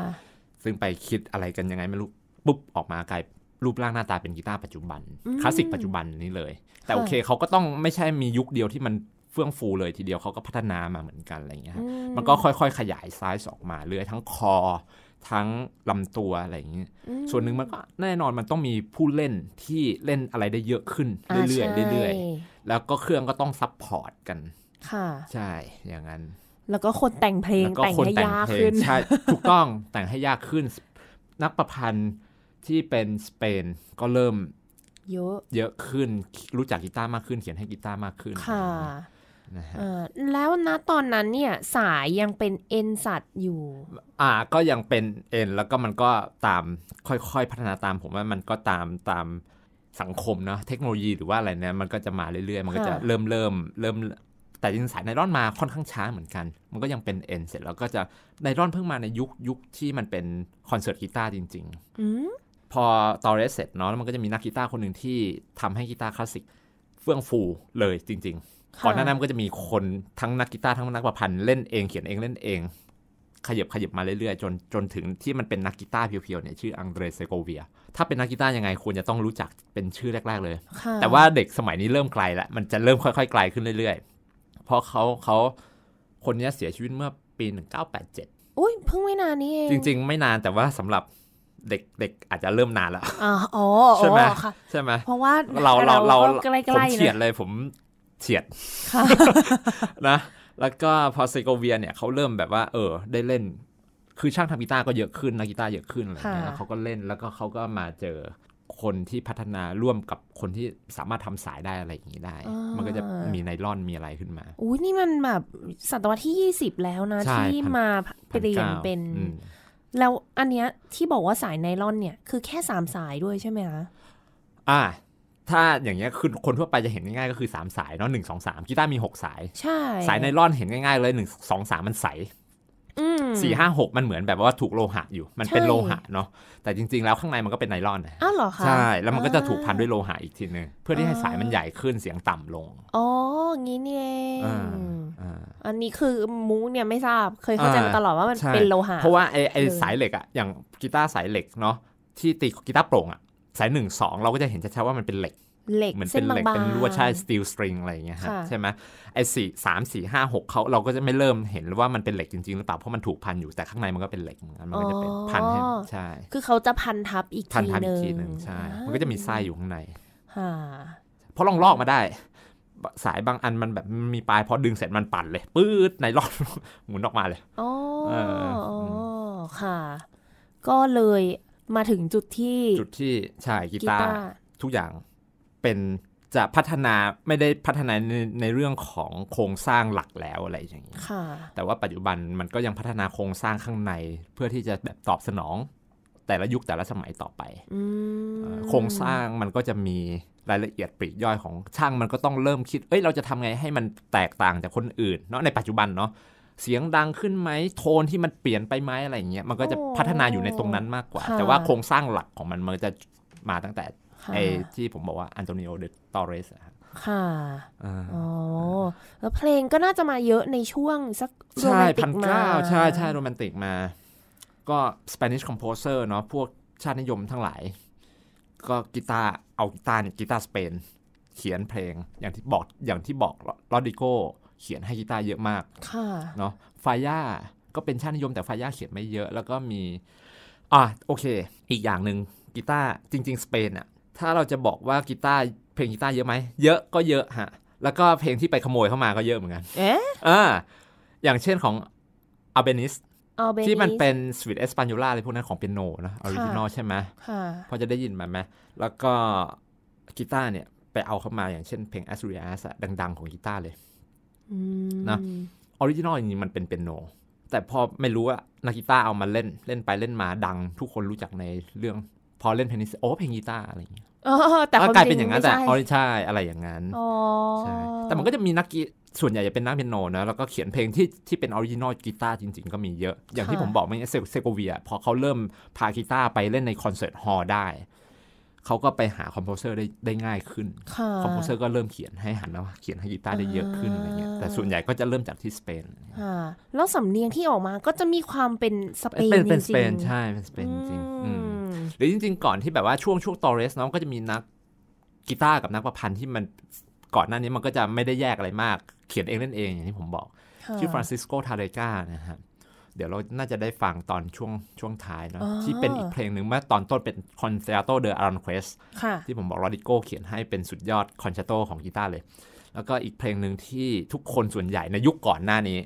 A: ซึ่งไปคิดอะไรกันยังไงไม่รู้ ปุ๊บ ออกมากลายรูปร่างหน้าตาเป็นกีตาร์ปัจจุบัน
B: อืม
A: คลาสสิกปัจจุบันนี้เลย แต่โอเคเขาก็ต้องไม่ใช่มียุคเดียวที่มันเฟื่องฟูเลยทีเดียวเขาก็พัฒนามาเหมือนกันอะไรอย่างเงี้ย
B: อื
A: ฮะมันก็ค่อยๆ ขยายไซส์ออกมาเรื่อยทั้งคอ ทั้งลำตัวอะไรอย่างเงี้ย
B: อืม
A: ส่วนหนึ่งมันก็แน่นอนมันต้องมีผู้เล่นที่เล่นอะไรได้เยอะขึ้นเรื่อยๆเรื่อยๆแล้วก็เครื่องก็ต้องซัพพอร์ตกัน
B: ๆค่ะ
A: ใช่อย่างนั้น
B: แล้วก็คนแต่งเพลง
A: แล้วก็
B: แต่ง
A: คน
B: ให้
A: แต่ง
B: ยาก
A: เพล
B: ขึ้
A: ง
B: น
A: ใช่ ถูกต้องแต่งให้ยากขึ้น นักประพันธ์ที่เป็นสเปนก็เริ่ม
B: เยอะ
A: เยอะขึ้น รู้จักกีตาร์มากขึ้น เขียนให้กีตาร์มากขึ้น
B: ค่ะ
A: นะฮะ
B: เอ่อแล้วนะตอนนั้นเนี่ยสายยังเป็นเอ็นสัตว์อยู่
A: อ่าก็ยังเป็นเอ็นแล้วก็มันก็ตามค่อยๆ พัฒนาตามผมว่ามันก็ตามตามสังคมเนาะเทคโนโลยีหรือว่าอะไรเนี่ยมันก็จะมาเรื่อยๆ มันก็จะ
B: ค่ะ
A: เริ่มเริ่มเริ่มแต่จริงๆสายไนลอนมาค่อนข้างช้าเหมือนกัน มันก็ยังเป็นเอ็นเสร็จแล้วก็จะไนลอนเพิ่งมาในยุคยุคที่มันเป็นคอนเสิร์ตกีตาร์จริง ๆ
B: อืม
A: พอตอเรสเสร็จเนาะแล้วมันก็จะมีนักกีตาร์คนหนึ่งที่ทำให้กีตาร์คลาสสิกเฟื่องฟูเลยจริง ๆ
B: ค่ะ
A: ก่อนหน้านั้นมันก็จะมีคนทั้งนักกีตาร์ทั้งนักประพันธ์เล่นเองเขียนเองเล่นเอง ขยับขยับมาเรื่อยๆ จนจนถึงที่มันเป็นนักกีตาร์เพียวๆเนี่ยชื่ออังเดรเซโกเวีย ถ้าเป็นนักกีตาร์ยังไงควรจะต้องรู้จักเป็นชื่อแรก ๆ เลย
B: ค่ะ
A: แต่ว่าเด็กสมัยนี้เริ่มไกลละมันจะเริ่มค่อยๆไกลขึ้นเรื่อยๆ เพราะเขาเขาคนเนี้ยเสียชีวิตเมื่อปี 1987
B: อุ้ยเพิ่งไม่นานนี้เอง
A: จริง ๆ ไม่นานแต่ว่าสำหรับเด็กๆอาจจะเริ่มนานแล้ว
B: อ่าอ๋อ
A: ใช่ไหม
B: อ๋อค่ะ
A: ใช่ไหม
B: เพราะว่า
A: เราเราเรา
B: ก็ใก
A: ผม
B: ล้ๆ
A: เฉียด
B: นะ
A: เลยผม เฉียด นะแล้วก็พอเซโกเวียเนี่ยเขาเริ่มแบบว่า เออ ได้เล่น คือช่างทำกีตาร์ก็เยอะขึ้นนักกีตาร์เยอะขึ้นอะไรเงี้ย
B: ค่ะ
A: แล้วเขาก็เล่นแล้วก็เขาก็มาเจอคนที่พัฒนาร่วมกับคนที่สามารถทำสายได้อะไรอย่างนี้ได้ มันก็จะมีไนล่อนมีอะไรขึ้นมา
B: อุ้ยนี่มันแบบศตวรรษที่ 20 แล้วนะ
A: ใช่
B: ที่
A: พัน
B: มาเปลี่ยนเป็น
A: อืม
B: แล้วอันเนี้ยที่บอกว่าสายไนลอนเนี่ย คือแค่สามสายด้วยใช่ไหมคะ
A: อ่า ถ้าอย่างเงี้ยคือคนทั่วไปจะเห็นง่ายๆก็คือ 3 สายเนาะหนึ่งสองสามกีตาร์มี 6 สาย
B: ใช่
A: สายไนล่อนเห็นง่ายๆเลยหนึ่งสองสามมันใส
B: อืม
A: สี่ห้าหกมันเหมือนแบบว่าถูกโลหะอยู่ มันเป็น
B: ใช่
A: โลหะเนาะแต่จริงๆแล้วข้างในมันก็เป็นไนล่อนนะ
B: อ้าวเหรอคะ
A: ใช่แล้วมันก็จะถูกพันด้วย
B: อ่า
A: โลหะอีกทีนึงเพื่อที่ให้
B: อ่า
A: สายมันใหญ่ขึ้นเสียงต่ำลง
B: อ๋ออย่างงี้นี่เอง
A: อ่าอ่า
B: อันนี้คือมูเนี่ยไม่ทราบเคยเข้าใจ
A: อ่าม
B: มาตลอดว่ามันเป็นโลหะ
A: เพราะว่าไอไอ
B: เออ
A: สายเหล็กอะอย่างกีตาร์สายเหล็กเนาะที่ตีกีตาร์โปร่งอะสายหนึ่งสองเราก็จะเห็นชัดๆว่ามันเป็นเหล็ก
B: เหล็ก
A: เหมือน
B: เส้
A: เป็น น
B: บา
A: เหล็ก
B: ง
A: เป็นลวดใช่สตีลสตริงอะไรอย่างเงี้ยฮะ
B: ค่ะ
A: ใช่ไหมไอ้สี่สามสี่ห้าหกเขาเราก็จะไม่เริ่มเห็นว่ามันเป็นเหล็กจริงๆหรือเปล่าเพราะมันถูกพันอยู่แต่ข้างในมันก็เป็นเหล็กเหมือนกันมันก็จะเป็นพันให้ใช่
B: คือเขาจะพันทับอีก
A: พัน
B: ที
A: ทับ
B: ห
A: อีก
B: นึ่ง
A: ทีหนึ่งใช่ มันก็จะมีไส้อยู่ข้างใน
B: อ่า
A: เพราะลองลอกมาได้ สายบางอันมันแบบมีปลายพอดึงเสร็จมันปั่นเลยปื๊ดไนลอน หมุนออกมาเลย
B: อ๋อ
A: เอออืม
B: อค่ะ ก็เลยมาถึงจุดที่
A: จุดที่ใช่กี
B: กี
A: ตา
B: ตา
A: ร์
B: ร์
A: ทุกอย่างเป็นจะพัฒนาไม่ได้พัฒนาในในเรื่องของโครงสร้างหลักแล้วอะไรอย่างนี้
B: ค่ะ
A: แต่ว่าปัจจุบันมันก็ยังพัฒนาโครงสร้างข้างในเพื่อที่จะแบบตอบสนอง แต่ละยุคแต่ละสมัยต่อไป
B: อืม
A: เอ่อโครงสร้างมันก็จะมีรายละเอียดปลีกย่อยของช่างมันก็ต้องเริ่มคิด เอ้ยเราจะทำไงให้มันแตกต่างจากคนอื่นเนาะในปัจจุบันเนาะเสียงดังขึ้นไหมโทนที่มันเปลี่ยนไปไหมอะไรอย่างเงี้ยมันก็จะ
B: โอ้
A: พัฒนาอยู่ในตรงนั้นมากกว่า
B: ค่ะ
A: แต่ว่าโครงสร้างหลักของมันมันจะมาตั้งแต่
B: ค่ะ
A: ไอ้ที่ผมบอกว่าอันโตนิโอเดตอเรสอะครับ
B: ค่ะ
A: อ่า
B: อ๋อ แล้วเพลงก็น่าจะมาเยอะในช่วงสักโร
A: ใช่
B: แมนติ
A: พั
B: ก
A: น
B: มา
A: เก้าใช่ใช่โรแมนติกมา ก็ Spanish composer เนาะพวกชาตินิยมทั้งหลาย ก็กีตาร์เอากีตาร์เนี่ยกีตาร์สเปน เขียนเพลงอย่างที่บอกอย่างที่บอกลอดิโกเขียนให้กีตาร์เยอะมาก
B: ค่ะ
A: เนาะฟาย่าก็เป็นชาตินิยมแต่ฟาย่าเขียนไม่เยอะ แล้วก็มี อ่ะโอเค อีกอย่างหนึ่งกีตาร์จริง ๆ สเปนอะถ้าเราจะบอกว่ากีตาร์เพลงกีตาร์เยอะไหมเยอะก็เยอะฮะแล้วก็เพลงที่ไปขโมยเข้ามาก็เยอะเหมือนกัน
B: เอ๊ะ
A: อ่าอย่างเช่นของอาเบนิส
B: เอาเบ
A: ที่มันเป็นสวิตเอสป a น o ูล่าอะไรพวกนั้นของเปียโนนะออริจินอลใช่ไหม
B: ค่ะ
A: พอจะได้ยินมาไหมแล้วก็กีตาร์เนี่ย ไปเอาเข้ามาอย่างเช่นเพลง a s r i a s ดัง ๆ ของกีตาร์เลย
B: อืม
A: นะ ออริจินอลจริงๆมันเป็นเปียโน แต่พอไม่รู้ว่านักกีตาร์เอามาเล่นเล่นไปเล่นมาดัง ทุกคนรู้จักในเรื่องพอเล่นเพลงนี้โอ้เพลงกีตาร์อะไรอย่างเงี้ย
B: เออแต่
A: ก็
B: ควม
A: กลายเป็นอย่างนั้น
B: จ
A: แต่
B: ริ
A: ออ
B: ไม่
A: ริจินอลอะไรอย่างนั้น
B: อ๋อ
A: ใช่ แต่มันก็จะมีนักกีส่วนใหญ่จะเป็นนักเปียโนนะ แล้วก็เขียนเพลงที่ที่เป็นออริจินอลกีตาร์จริงๆ ก็มีเยอะ อย่างที่ผมบอกเมื่อกี้เซเซโกเวีย พอเขาเริ่มพากีตาร์ไปเล่นในคอนเสิร์ตฮอลล์ได้ เขาก็ไปหาคอมโพเซอร์ได้ได้ง่ายขึ้น
B: ค่ะ
A: คอมโพเซอร์ก็เริ่มเขียนให้หันมาเขียนให้กีตาร์ได้เยอะขึ้นอะไรเงี้ย แต่ส่วนใหญ่ก็จะเริ่มจากที่สเปน
B: ค่ะ แล้วสำเนียงที่ออกมาก็จะมีความเป็นสเปน
A: เป็นเป็นส
B: จริงๆ
A: เปนใช่ เป็นสเปนจริงๆ
B: อื
A: อืม
B: ม
A: หรือจริงๆ ก่อนที่แบบว่าช่วงช่วงตอเรสเนาะก็จะมีนักกีตาร์กับนักประพันธ์ที่มันก่อนหน้านี้มันก็จะไม่ได้แยกอะไรมาก เขียนเองเล่นเองอย่างที่ผมบอก
B: ค่ะ
A: ชื่อฟรานซิสโกทาเรกานะฮะเดี๋ยวเราน่าจะได้ฟังตอนช่วงช่วงท้ายเนาะ
B: อ๋อ
A: ที่เป็นอีกเพลงหนึ่งเมื่อตอนต้นเป็นคอนแซร์โตเดออารันเควส
B: ค่ะ
A: ที่ผมบอกลอดิโกเขียนให้เป็นสุดยอดคอนแซร์โตของกีตาร์เลย แล้วก็อีกเพลงหนึ่งที่ทุกคนส่วนใหญ่ในยุคก่อนหน้านี้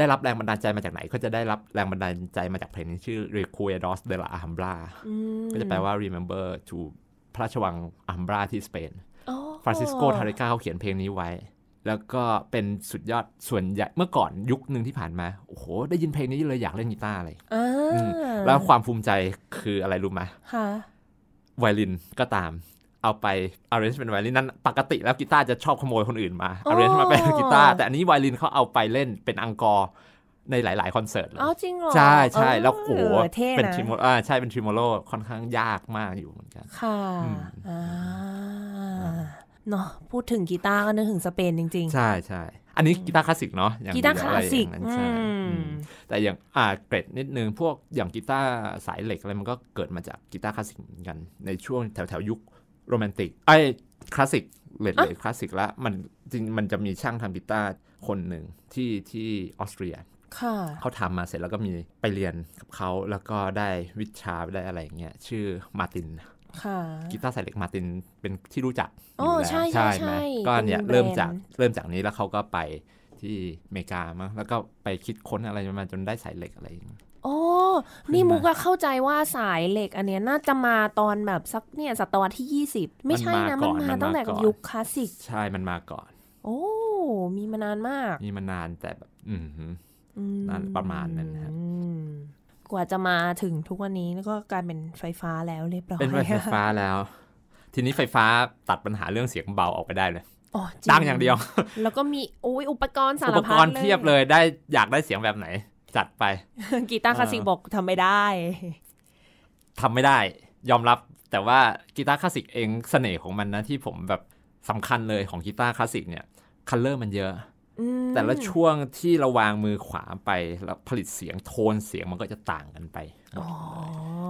A: ได้รับแรงบันดาลใจมาจากไหน ก็จะได้รับแรงบันดาลใจมาจากเพลงนี้ชื่อ Recuerdos de la Alhambra
B: อืม
A: ก็จะแปลว่า remember to พระราชวังอัมบราที่สเปน
B: อ๋อ
A: ฟรานซิสโก ทาริกาเขาเขียนเพลงนี้ไว้ แล้วก็เป็นสุดยอดส่วนใหญ่เมื่อก่อนยุคหนึ่งที่ผ่านมา โอ้โห ได้ยินเพลงนี้เลยอยากเล่นกีตาร์เลย
B: อ่า
A: อืม แล้วความภูมิใจคืออะไรรู้ไหม
B: ค่ะ
A: ไวโอลินก็ตาม เอาไป arrange เป็นไวโอลินนั้นปกติแล้วกีตาร์จะชอบขโมยคนอื่นมา
B: อ๋อ
A: arrange มาเป็นกีตาร์ แต่อันนี้ไวโอลินเขาเอาไปเล่นเป็นอังกอร์ในหลาย ๆ คอนเสิร์ตเลย
B: เอาจริงเหรอ
A: ใช่ใช่
B: เออ
A: แล้วโอ้โห
B: เท่
A: เป็น
B: นะ
A: ทริโมอ่าใช่เป็นทริโมโลค่อนข้างยากมากอยู่เหมือนกัน
B: ค่ะ
A: อืม
B: อ่าเนาะพูดถึงกีตาร์ก็นึกถึงสเปนจริง
A: ใช่ใช่อันนี้กีตาร์คลาสสิกเนาะอย่ง
B: กีตาร์
A: เดี
B: ค
A: ยว
B: ลาสสิก
A: อะไรอย่งนั้นใช่
B: อืม
A: อืมแต่อย่างอ่าเกรดนิดนึง พวกอย่างกีตาร์สายเหล็กอะไรมันก็เกิดมาจากกีตาร์คลาสสิกเหมือนกัน ในช่วงแถวแถวๆยุคโรแมนติกไอ้คลาสสิกเลดเลดคลาสสิกละมันจริงมันจะมีช่างทำกีตาร์คนหนึ่งที่ที่ออสเตรีย
B: ๆ ค่ะ
A: เขาทำมาเสร็จแล้วก็มีไปเรียนกับเขาแล้วก็ได้วิชาได้อะไรอย่างเงี้ยชื่อมาร์ติน
B: ค่ะ
A: กีตาร์สายเหล็กมาร์ตินเป็นที่รู้จัก
B: อ๋อยู่
A: แล้ว
B: ใช่ใช่ใช่
A: ไหม
B: เป็น
A: ก็เนี่ย
B: แบรนด์
A: เริ่มจากเริ่มจากนี้แล้วเขาก็ไปที่อเมริกามั้งแล้วก็ไปคิดค้นอะไรมาจนได้สายเหล็กอะไรอย่างเงี้ย
B: โอ้
A: ขึ้น
B: นี่
A: มามุ
B: มุกอะเข้าใจว่าสายเหล็กอันเนี้ยน่าจะมาตอนแบบสักเนี่ยศตวรรษที่ 20 ไม่ใช่นะ มันมาตั้งแต่ยุคคลาสสิก
A: ใช่มันมาก่อน
B: โอ้ มีมานานมาก
A: นี่มันนานแต่แบบอือหือ
B: อืม
A: นั่นประมาณนั้นฮะ
B: อืมกว่าจะมาถึงทุกวันนี้แล้วก็กลารเป็นไฟฟ้าแล้วเรียบร้อย
A: เป็นไฟฟ้าแล้ว ทีนี้ไฟฟ้าตัดปัญหาเรื่องเสียงเบาออกไปได้เลย
B: อ๋อจริ
A: ดังอย่างเดียว
B: แล้วก็มีโอ้ยอุปกรณ์สา
A: อุ
B: ร
A: ป
B: พั
A: ก
B: ด
A: รณ์เพียบเลยได้อยากได้เสียงแบบไหน จัดไป
B: กีตาร์คลาสสิกบอกทำไม่ได้
A: ทำไม่ได้ ยอมรับ แต่ว่ากีตาร์คลาสสิกเองเสน่ห์ของมันนะที่ผมแบบสำคัญเลยของกีตาร์คลาสสิกเนี่ยคัลเลอร์มันเยอะ
B: อืม
A: แต่ละช่วงที่เราวางมือขวาไปแล้วผลิตเสียงโทนเสียงมันก็จะต่างกันไป
B: อ๋อ
A: อั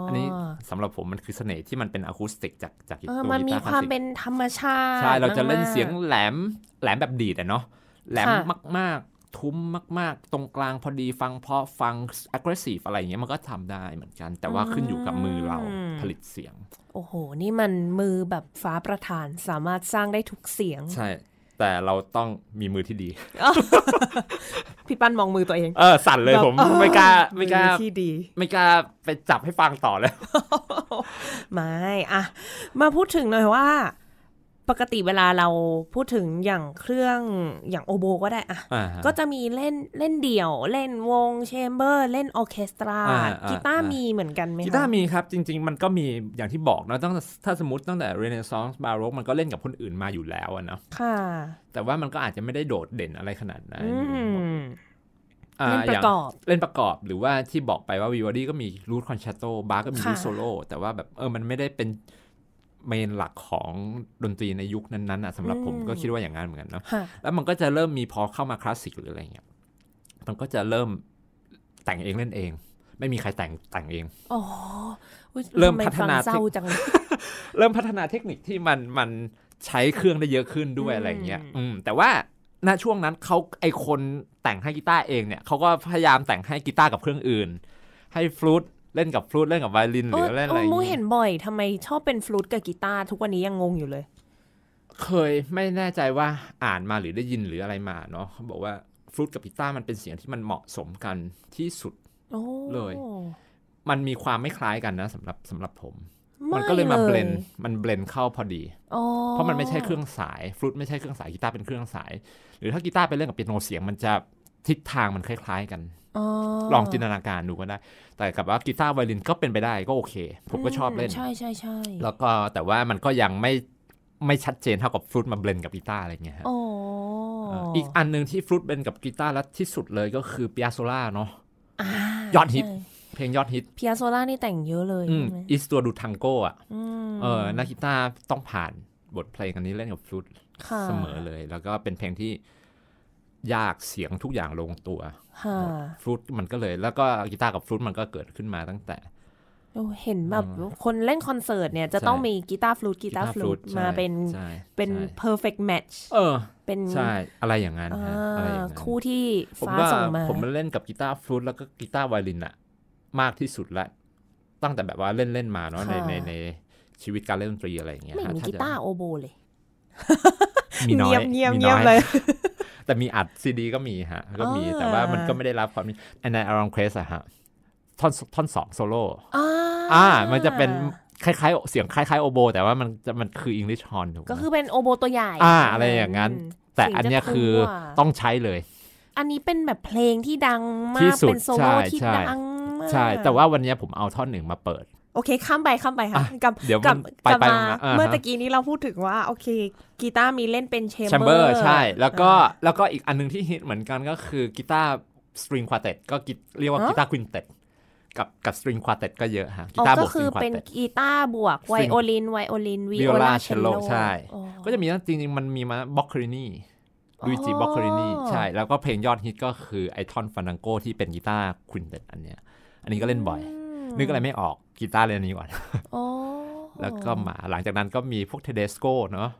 B: อั
A: นนี้สำหรับผมมันคือเสน่ห์ที่มันเป็นอะคูสติกจากจากตัว
B: เอ
A: กี
B: อ
A: ตาร์
B: มันมี
A: คลาว
B: คา
A: ส
B: ม
A: สิก
B: เป็นธรรมชาติ
A: ใช่เราจะเล่น
B: มากๆ
A: เสียงแหลมแหลมแบบดีดอะเนาะแหลม
B: ค่ะ
A: มาก ๆ ทุ้มมาก ๆ ตรงกลางพอดีฟังเพราะฟัง aggressive อะไรอย่างเงี้ยมันก็ทำได้เหมือนกัน แต่ว่าขึ้นอยู่กับมือเราผลิตเสียง
B: โอ้โห นี่มันมือแบบฟ้าประธานสามารถสร้างได้ทุกเสียง
A: ใช่ แต่เราต้องมีมือที่ดี
B: พี่ปั้นมองมือตัวเอง
A: เออ สั่นเลยผม
B: แบบ
A: ไม่กล้า
B: เออ
A: ไม่กล้า
B: มือที่ดี
A: ไม่กล้าไปจับให้ฟังต่อแล้ว
B: ไม่อะมาพูดถึงหน่อยว่า ปกติเวลาเราพูดถึงอย่างเครื่องอย่างโอโบก็ได้อะ
A: อ่าฮะ
B: ก็จะมีเล่นเล่นเดี่ยว เล่นวงแชมเบอร์ เล่นออร์เคสตรา
A: อ่าอ่า
B: กีตาร์
A: อ่ามี
B: มีเหมือนกันไหมคะ
A: กีตาร์มีครับ จริง ๆ มันก็มีอย่างที่บอกนะตั้งแต่ถ้าสมมติตั้งแต่เรเนซองส์บาโรกมันก็เล่นกับคนอื่นมาอยู่แล้วอะเนาะ
B: ค่ะ
A: แต่ว่ามันก็อาจจะไม่ได้โดดเด่นอะไรขนาดนั้น
B: อืม
A: อ่า
B: เล่นประกอบ
A: ย่างเล่นประกอบหรือว่าที่บอกไปว่าวิวดี้ก็มีรูทคอนแชตโตบาร์ก็มีรูท
B: ค่ะ
A: โซโล่แต่ว่าแบบเออมันไม่ได้เป็นเมนหลักของดนตรีในยุคนั้นๆอ่ะสำหรับผมก็คิดว่าอย่างนั้นเหมือนกันเนาะ
B: ค่ะ
A: แล้วมันก็จะเริ่มมีพอเข้ามาคลาสสิกหรืออะไรเงี้ยมันก็จะเริ่มแต่งเองเล่นเอง ไม่มีใครแต่งแต่งเอง
B: อ๋ออุ๊ย
A: เริ่ม
B: ทำไ
A: พัฒนา
B: ฟังเศร้าจังเลย
A: เริ่มพัฒนาเทคนิคที่มันมันใช้เครื่องได้เยอะขึ้นด้วยอะไรอย่างเงี้ย อืม แต่ว่าณช่วงนั้นเขาไอคนแต่งให้กีตาร์เองเนี่ยเขาก็พยายามแต่งให้กีตาร์กับเครื่องอื่น ให้ฟลูตเล่นกับฟลูตเล่นกับไวโอลินหรืออะไรอะไรอ
B: โอ้
A: ย่าง
B: มูเห็
A: เงี้
B: น
A: ย
B: บ่อยทำไมชอบเป็นฟลูตกับกีตาร์ทุกวันนี้ยังงงอยู่เลย
A: เคยไม่แน่ใจว่าอ่านมาหรือได้ยินหรืออะไรมาเนาะเขาบอกว่าฟลูตกับกีตาร์มันเป็นเสียงที่มันเหมาะสมกันที่สุด
B: โอ้
A: เลย มันมีความไม่คล้ายกันนะสำหรับสำหรับผม
B: ไ
A: มันก็เลยมาเบลนมันเบลนเข้าพอดี
B: อ๋อ
A: เพราะมันไม่ใช่เครื่องสายฟลุตไม่ใช่เครื่องสายกีตาร์เป็นเครื่องสาย หรือถ้ากีตาร์ไปเล่นกับเปียโนเสียงมันจะทิศทางมันคล้ายๆกัน ลองจินตนาการดูก็ได้ แต่กับว่ากีตาร์ไวโอลินก็เป็นไปได้ก็โอเค ผมก็ชอบเล่น
B: ใช่ใช่ใช่
A: แล้วก็แต่ว่ามันก็ยังไม่ไม่ชัดเจนเท่ากับฟลุตมาเบลนกับกีตาร์อะไรเงี้ยฮะ
B: โอ้
A: เอ่ออีกอันหนึ่งที่ฟลุตเบลนกับกีตาร์แล้วที่สุดเลยก็คือปิอาโซล่าเนาะ ยอดฮิต เพลงยอดฮิต
B: พิอาโซล่านี่แต่งเยอะเลย
A: อืม
B: ใช่ไหม
A: อิสตัวดูทังโก้อะ
B: อืม
A: เออนักกีตาร์ต้องผ่านบทเพลงอันนี้เล่นกับฟลุต
B: ค่ะ
A: เสมอเลยแล้วก็เป็นเพลงที่ยากเสียงทุกอย่างลงตัว
B: ค่ะ
A: ฟลุตมันก็เลยแล้วก็กีตาร์กับฟลุตมันก็เกิดขึ้นมาตั้งแต่
B: โอ้เห็นแบบคนเล่นคอนเสิร์ตเนี่ยจะต้อง
A: ใช่
B: มีกีตาร์ฟลูตกีตาร์ฟลูต
A: ใช่
B: มาเป็น
A: ใช่
B: เป็น
A: ใช่
B: perfect match
A: เออ
B: เป็น
A: ใช่อะไรอย่างนั้นฮะอะไรอย่างนั้น
B: คู่ที่
A: ผม
B: ฟ้า
A: ว่า
B: ส่งมา
A: ผมเล่นกับกีตาร์ฟลุตแล้วก็กีตาร์ไวโอลินอะมากที่สุดละตั้งแต่แบบว่าเล่นเล่นๆมาเนาะในในในชีวิตการเล่นดนตรีอะไรอย่างเงี้ย
B: ไม่
A: ฮะ
B: มี
A: ถ้
B: กีตาร์โอโบเลย
A: มีน้อย
B: เงียบเงียบ
A: มี
B: เงี
A: น้
B: ย
A: อบ
B: เลย
A: แต่มีอัดซีดีก็มีฮะก็มี
B: อ่า
A: แต่ว่ามันก็ไม่ได้รับความนิยมในอารอนเควสอะฮะท่อนท่อนสองโซโล่
B: อ่า
A: อ่า มันจะเป็นคล้ายๆ เสียงคล้ายๆโอโบ แต่ว่ามันจะมันคือ English horn ถูกไหม
B: ก็คือเป็นโอโบตัวใหญ่
A: อ่าอะไรอย่างนั้น
B: ม
A: แต่อันเนี้ย
B: สีงจะ
A: คือ
B: ว่า
A: ต้องใช้เลย
B: อันนี้เป็นแบบเพลงที่ดังมา
A: ที่
B: ก
A: สุด
B: เป็นโซโล่
A: ใช่
B: ที่
A: ใช่
B: ดังมาก
A: ใช่ แต่ว่าวันเนี้ยผมเอาท่อนหนึ่งมาเปิด
B: โอเค ข้ามไปข้ามไปค่ะ
A: อ่ะ
B: กลับ
A: เดี๋ยวมัน
B: กลับ
A: ไป
B: กลับ
A: ไป
B: มา
A: อ่าฮะ
B: เมื่อตะกี้นี้เราพูดถึงว่า โอเค กีตาร์มีเล่นเป็นเชม
A: Chamber ใช่ แล้วก็แล้วก็อีกอันหนึงที่ฮิตเหมือนกันก็คือกีตาร์สตริงควาเต็ก็กีเรียกว่า
B: ฮะ
A: กีตาร์ควินเต็กับกับสตริงควาเต็ก็เยอะฮะกี
B: อ๋อ
A: ตาร์บ
B: ก็
A: วกส
B: คื
A: ตริ
B: อง
A: ควา
B: เป็น
A: เต็
B: กีตาร์บวกไวโอลินไวโอลินวิ
A: Viola Cello ใช่
B: อ๋อ
A: ก็จะมีนะจริงๆมันมีมาบ็อกคารินี
B: อ๋อ
A: ลุยจิบ็อกคารินีใช่ แล้วก็เพลงยอดฮิตก็คือไอทอนฟันังโกที่เป็นกีตาร์ควินเต็อันเนี้ยอันนี้ก็เล่นบ่อย นึกอะไรไม่ออกกีตาร์เลยนอันนี้ก่อน
B: อ๋อ
A: แล้วก็มาหลังจากนั้นก็มีพวกเทเดสโก้เนาะ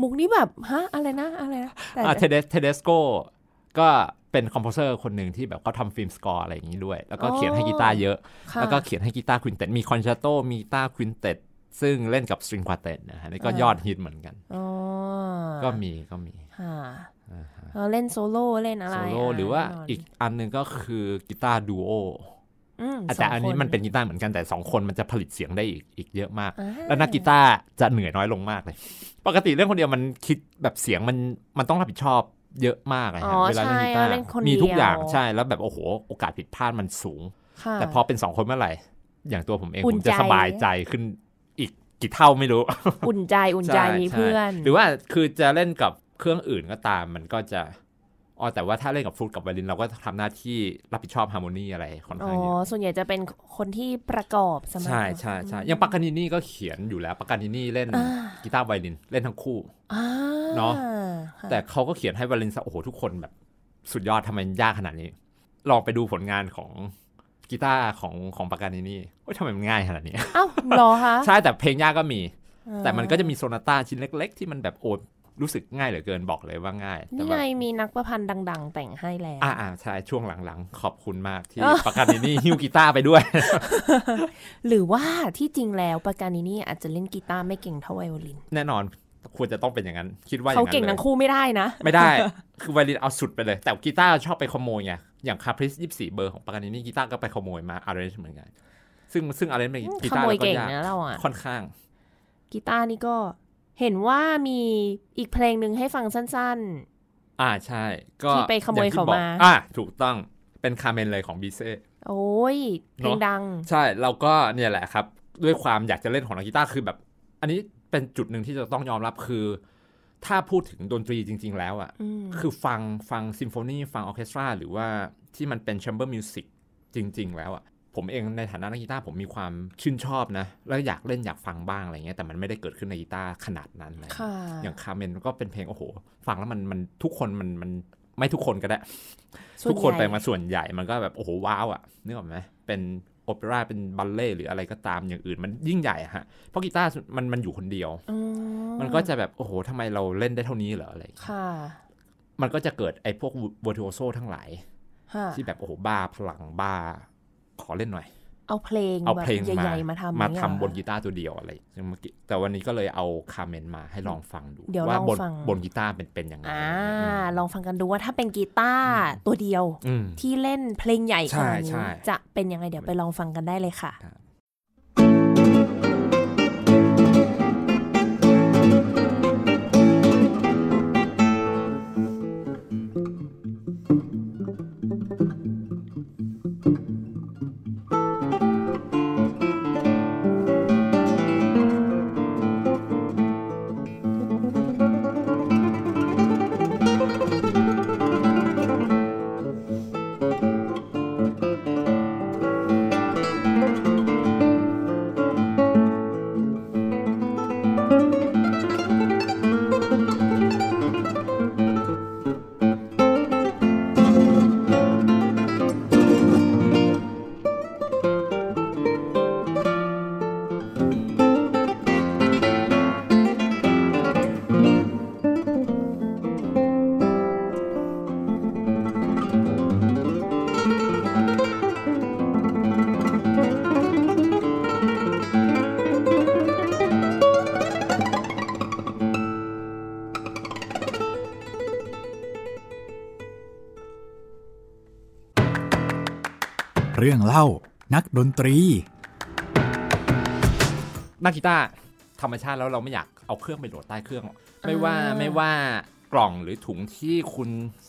B: มุกนี้แบบฮะอะไรนะอะไรนะแต่
A: เทเดสเทเดสโก้ก็เป็นคอมโพเซอร์คนหนึ่งที่แบบเขาทำฟิล์มสกอร์อะไรอย่างนี้ด้วย แล้วก็เขียนให้กีตาร์เยอะ
B: ค่ะ
A: แล้วก็เขียนให้กีตาร์ควินเต็มีคอนแชตโตมีกีตาร์ควินเต็ ซึ่งเล่นกับสตริงควาเต็นะฮะนี่ก็
B: อ่าย
A: ยอดฮิตเหมือนกัน
B: อ๋อ
A: ก็มีก็มี
B: ค่ะ
A: อ่าฮะ
B: เออเล่นโซโล่เล่นอะไร
A: โซโล่
B: ะ
A: หรือว่า
B: แน่นน
A: อีกอันหนึงก็คือกีตาร์ดูโอ
B: อืม
A: แต่
B: สง
A: อันนี้
B: ค
A: มันเป็นกีตาร์เหมือนกันแต่ 2 คนมันจะผลิตเสียงได้อีกอีกเยอะมาก
B: อ่า
A: แล้วนักกีตาร์จะเหนื่อยน้อยลงมากเลย ปกติเล่นคนเดียวมันคิดแบบเสียงมันมันต้องรับผิดชอบเยอะมากเลย
B: อ๋
A: ฮะ
B: อ
A: เวลา
B: ใช่
A: เล่นกี
B: เรา
A: ตาร์
B: เล่นคนเดียว
A: มีทุกอย่างใช่แล้วแบบโอ้โห โอกาสผิดพลาดมันสูง
B: ค่ะ
A: แต่พอเป็นสองคนเมื่อไหร่ อย่างตัวผมเอง
B: อุ่
A: ผ
B: น
A: มจะ
B: ใจ
A: สบายใจขึ้นอีกกี่เท่าไม่รู้
B: อุ่นใจอุ่นใจมีเพื่อน
A: หรือว่าคือจะเล่นกับเครื่องอื่นก็ตามมันก็จะอ๋อแต่ว่าถ้าเล่นกับฟลุตกับไวโอลินเราก็ทำหน้าที่รับผิดชอบฮาร์โมนีอะไรค่อน
B: อ๋อ
A: ข้างเยอะ
B: ส่วนใหญ่จะเป็นคนที่ประกอบสมัย
A: ใช่ใช่ใช่อย่างปากานินี่ก็เขียนอยู่แล้วปากานินี่เล่นกีตาร์ไวโอลินเล่นทั้งคู่ เนอะ แต่เขาก็เขียนให้วาเลนซ่าโอ้โหทุกคนแบบสุดยอดทำไมมันยากขนาดนี้ ลองไปดูผลงานของกีตาร์ของของปากานินี่โอ้ยทำไมมันง่ายขนาดนี้
B: เอ้าวเหรอคะ
A: ใช่แต่เพลงยากก็มี
B: อ่า
A: แต่มันก็จะมีโซนาต้าชิ้นเล็ก ๆ ที่มันแบบโอ้ยรู้สึกง่ายเหลือเกินบอกเลยว่าง่ายแต่
B: นี่
A: ว่า
B: ไงมีนักประพันธ์ดัง ๆ แต่งให้แล้ว
A: อ่าอ่าใช่ช่วงหลังๆ ขอบคุณมากที่
B: เออ
A: ปากานินี่ฮิ้วกีตาร์ไปด้วย
B: หรือว่าที่จริงแล้วปากานินี่อาจจะเล่นกีตาร์ไม่เก่งเท่าไวโอลิน
A: แน่นอนควรจะต้องเป็นอย่างนั้น คิดว่าอย่า
B: เขา
A: งนั้น
B: เก่ง
A: ลย
B: ทั้งคู่ไม่ได้นะ
A: ไม่ ได้ คือไวโอลินเอาสุดไปเลย แต่กีตาร์ชอบไปขโมยไง อย่างคาพริสยี่สี่เบอร์ของปากานินี่กีตาร์ก็ไปขโมยมาอาร์เรนจ์เหมือนกัน ซึ่งซึ่งอาร์เรนจ์เป็นกี
B: ข
A: ตาร์
B: โมย
A: แล้วก็
B: เก่ง
A: ยาก
B: นะเราอ่ะ
A: ค่อนข้าง
B: กีตาร์นี่ก็เห็นว่ามีอีกเพลงหนึ่งให้ฟังสั้น
A: อ่าใช่ ก็
B: ที่ไปขโมย
A: องที่
B: เขา
A: บอก
B: มา
A: อ่าถูกต้อง เป็นคาเมนเลยของบีเซ่
B: ๆ โอ้ย เพลง
A: เนอะ
B: ดัง
A: ใช่ เราก็เนี่ยแหละครับ ด้วยความอยากจะเล่นของนักกีตาร์คือแบบ อันนี้เป็นจุดหนึ่งที่จะต้องยอมรับคือ ถ้าพูดถึงดนตรีจริง ๆ แล้วอ่ะ
B: อืม
A: คือฟังฟังซิมโฟนีฟังออร์เคสตราหรือว่าที่มันเป็นแชมเบอร์มิวสิกจริง ๆ แล้วอะผมเองในฐานะนักกีตาร์ผมมีความชื่นชอบนะ แล้วอยากเล่นอยากฟังบ้างอะไรเงี้ยแต่มันไม่ได้เกิดขึ้นในกีตาร์ขนาดนั้นเลย
B: ค่ะ
A: อย่างคาเมนก็เป็นเพลงโอ้โห ฟังแล้วมันมันทุกคนมันมันไม่ทุกคนก็ได้ ทุกคนไป
B: ส่วใหญ่
A: มาส่วนใหญ่มันก็แบบโอ้โหว้าวอะนึกออกไหมเป็นโอเปร่าเป็นบัลเล่ต์หรืออะไรก็ตามอย่างอื่นมันยิ่งใหญ่อะฮะเพราะกีตาร์มันมันอยู่คนเดียว
B: อื
A: มันก็จะแบบโอ้โหทำไมเราเล่นได้เท่านี้เหรออะไรอย่างเงี้ย
B: ค่ะ
A: มันก็จะเกิดไอ้พวกเวอร์ติโอโซทั้งหลาย
B: ค่ะ
A: ที่แบบโอ้โหบ้าพลังบ้า ขอเล่นหน่อย
B: เอาเพลง
A: เอาเพลง
B: แบบ
A: มา
B: ใหญ่ๆมาทำ
A: มา
B: เนี่ย
A: ทำบน
B: เหรอ
A: กีตาร์ตัวเดียวอะไรซึ่งเมื่อกี้แต่วันนี้ก็เลยเอาคาเมนมาให้ลองฟังดู
B: เดี๋ยว
A: ว่า
B: ลอง
A: บน
B: ฟัง
A: บนกีตาร์เป็นเป็นยังไง
B: อ่า
A: อะไรอย่างเงี้ย
B: ลองฟังกันดูว่าถ้าเป็นกีตาร์ตัวเดียว
A: อืม
B: ที่เล่นเพลงใหญ่ขนาด
A: ใช่ใช่
B: นี้จะเป็นยังไงเดี๋ยวไปลองฟังกันได้เลยค่ะ
C: เรื่องเล่านักดนตรี
A: นักกีตาร์ธรรมชาติแล้วเราไม่อยากเอาเครื่องไปโหลดใต้เครื่อง ไม่ว่า
B: อ่า
A: ไม่ว่ากล่องหรือถุงที่คุณ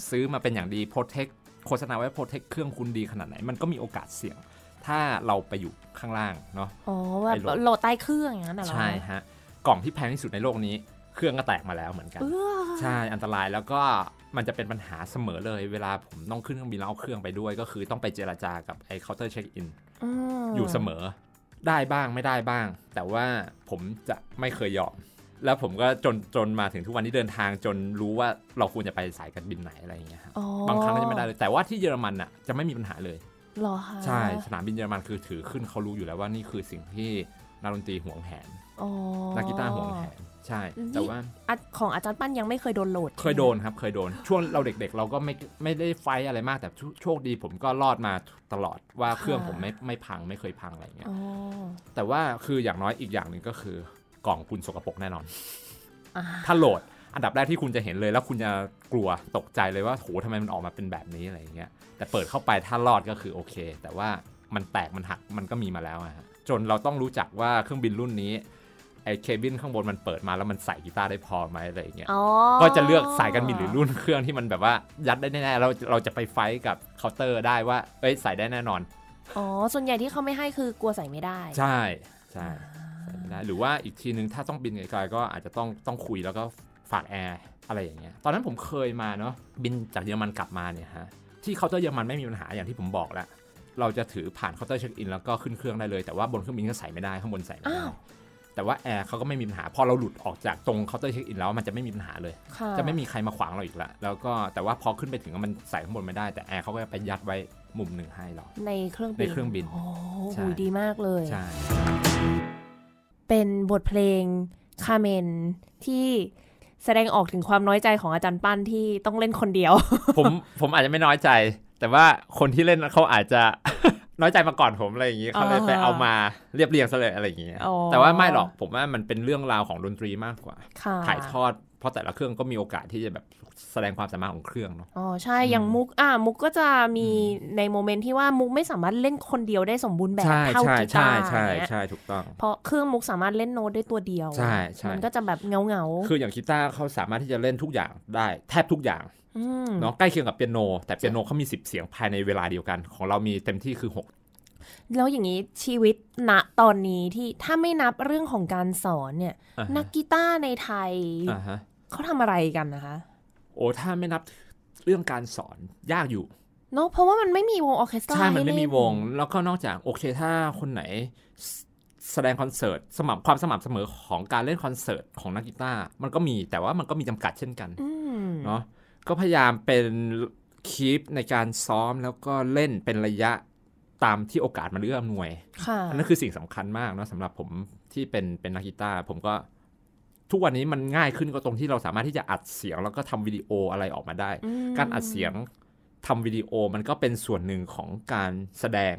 A: ซื้อมาเป็นอย่างดีโปรเทคโฆษณาไว้โปรเทคเครื่องคุณดีขนาดไหน มันก็มีโอกาสเสี่ยง ถ้าเราไปอยู่ข้างล่างเนาะ
B: อ๋อแบบ
A: ไปโหลด
B: โหลดใต้เครื่องอย่างนั้นน่ะเหรอ
A: ใช่ฮะ กล่องที่แพงที่สุดในโลกนี้ เครื่องก็แตกมาแล้วเหมือนกัน
B: เออ
A: ใช่อันตรายแล้วก็มันจะเป็นปัญหาเสมอเลย เวลาผมต้องขึ้นเครื่องบินแล้วเอาเครื่องไปด้วย ก็คือต้องไปเจราจากับไอ้เคาน์เตอร์เช็คอิน
B: ม
A: อยู่เสมอ ได้บ้างไม่ได้บ้าง แต่ว่าผมจะไม่เคยยอม แล้วผมก็จนจนมาถึงทุกวันที่เดินทางจนรู้ว่าเราควรจะไปสายการบินไหนอะไรอย่างเงี้ยฮะ
B: อ๋อบ
A: างครั้งก็จะไม่ได้เลยแต่ว่าที่เยอรมันน่ะจะไม่มีปัญหาเลย
B: เหรอคะ
A: ใช่สนามบินเยอรมันคือถือขึ้นเขารู้อยู่แล้วว่านี่คือสิ่งที่นักดนตรีหวงแหน
B: อ๋อ
A: นักกีตาร์ห่วงแหน ใช่ แต่ว่า
B: อ่ะของอาจารย์ปั้นยังไม่เคยโดนโหลด
A: เคยโดนครับเคยโดน ช่วงเราเด็กๆ เราก็ไม่ไม่ได้ไฟท์อะไรมากแต่โชคดีผมก็รอดมาตลอดว่าเครื่องผมไม่ไม่พังไม่เคยพังอะไรอย่างเงี้ย
B: อ๋อ
A: แต่ว่าคืออย่างน้อยอีกอย่างหนึ่งก็คือกล่องคุณสกปรกแน่นอน
B: อ่า
A: ถ้าโหลดอันดับแรกที่คุณจะเห็นเลย แล้วคุณจะกลัวตกใจเลยว่าโหทำไมมันออกมาเป็นแบบนี้อะไรอย่างเงี้ยแต่เปิดเข้าไปถ้ารอดก็คือโอเค แต่ว่ามันแตกมันหักมันก็มีมาแล้วอะฮะจนเราต้องรู้จักว่าเครื่องบินรุ่นนี้ไอ้เคบินข้างบนมันเปิดมาแล้วมันใส่กีตาร์ได้พอไหมอะไรอย่างเงี้ย
B: อ๋อ
A: ก็จะเลือกสายการบินหรือรุ่นเครื่องที่มันแบบว่ายัดได้แน่ๆเราเราจะไปไฟท์กับเคาน์เตอร์ได้ว่าเอ้ยใส่ได้แน่นอน
B: อ๋อส่วนใหญ่ที่เขาไม่ให้คือกลัวใส่ไม่ได้
A: ใช่ใช่ใส่ไม่ได้หรือว่าอีกทีนึงถ้าต้องบินไกลๆก็อาจจะต้องต้องคุยแล้วก็ฝากแอร์อะไรอย่างเงี้ยตอนนั้นผมเคยมาเนาะบินจากเยอรมันกลับมาเนี่ยฮะที่เคาน์เตอร์เยอรมันไม่มีปัญหาอย่างที่ผมบอกแล้ว เราจะถือผ่านเคาน์เตอร์เช็คอินแล้วก็ขึ้นเครื่องได้เลย แต่ว่าบนเครื่องบินก็ใส่ไม่ได้ข้างบนใส่ไม่ได้
B: อ้าว
A: แต่ว่าแอร์เขาก็ไม่มีปัญหาพอเราหลุดออกจากตรงเคาน์เตอร์เช็คอินแล้วมันจะไม่มีปัญหาเลย
B: ค่
A: จะไม่มีใครมาขวางเราอีกละแล้วก็แต่ว่าพอขึ้นไปถึงมันใส่ข้างบนไม่ได้แต่แอร์เขาก็ไปยัดไว้มุมหนึ่งให้เรา
B: ในเครื่องบิน
A: ในเครื่องบิน
B: โอ้
A: ใช่
B: โหดีมากเลย
A: ใช่
B: เป็นบทเพลงคาเมนที่แสดงออกถึงความน้อยใจของอาจารย์ปั้นที่ต้องเล่นคนเดียว
A: ผมผมอาจจะไม่น้อยใจ แต่ว่าคนที่เล่นเขาอาจจะ น้อยใจมาก่อนผมอะไรอย่างนี้เขาเลย
B: อ่า
A: ไปเอามาเรียบเรียงซะเลยอะไรอย่างนี้
B: อ๋อ
A: แต่ว่าไม่หรอกผมว่ามันเป็นเรื่องราวของดนตรีมากกว่า
B: ค่ะ
A: ถ่ายทอดเพราะแต่ละเครื่องก็มีโอกาสที่จะแบบแสดงความสามารถของเครื่องเนาะ
B: อ๋อใช่อย่างมุกอ่ะมุกก็จะมีในโมเมนต์ที่ว่ามุกไม่สามารถเล่นคนเดียวได้สมบูรณ์แบบเท่ากีตาร์เนี่ย
A: ใช่ถูกต้อง
B: เพราะเครื่องมุกสามารถเล่นโน้ตได้ตัวเดียว
A: ใช่ใช่
B: มันก็จะแบบเงาเงาๆ
A: คืออย่างกีตาร์เขาสามารถที่จะเล่นทุกอย่างได้แทบทุกอย่าง
B: ม
A: เนาะใกล้เคียงกับเปียโน แต่เปียโนเขามี 10 เสียงภายในเวลาเดียวกัน ของเรามีเต็มที่คือหก
B: แล้วอย่างนี้ชีวิตณตอนนี้ที่ถ้าไม่นับเรื่องของการสอนเนี่ย
A: อ่าฮะ
B: นักกีตาร์ในไทย
A: อ่าฮะ
B: เขาทำอะไรกันนะคะ
A: โอ้ถ้าไม่นับเรื่องการสอนยากอยู่
B: เนาะเพราะว่ามันไม่มีวงออร์เคสตรา
A: ใช่ มัน
B: ให้
A: ไม่
B: เล่
A: มีวง แล้วก็นอกจากโอเค ถ้าคนไหนสแสดงคอนเสิร์ตสม่ำความสม่ำเสมอของการเล่นคอนเสิร์ตของนักกีตาร์ มันก็มี แต่ว่ามันก็มีจำกัดเช่นกัน
B: อืม
A: เนาะ ก็พยายามเป็นคีปในการซ้อมแล้วก็เล่นเป็นระยะตามที่โอกาสมันเอื้ออำนวย
B: ค่ะ
A: อันนั้นคือสิ่งสำคัญมากเนาะสำหรับผมที่เป็นเป็นนักกีตาร์ผมก็ทุกวันนี้มันง่ายขึ้นก็ตรงที่เราสามารถที่จะอัดเสียงแล้วก็ทำวิดีโออะไรออกมาได้
B: ม
A: การอัดเสียงทำวิดีโอมันก็เป็นส่วนหนึ่งของการแสดง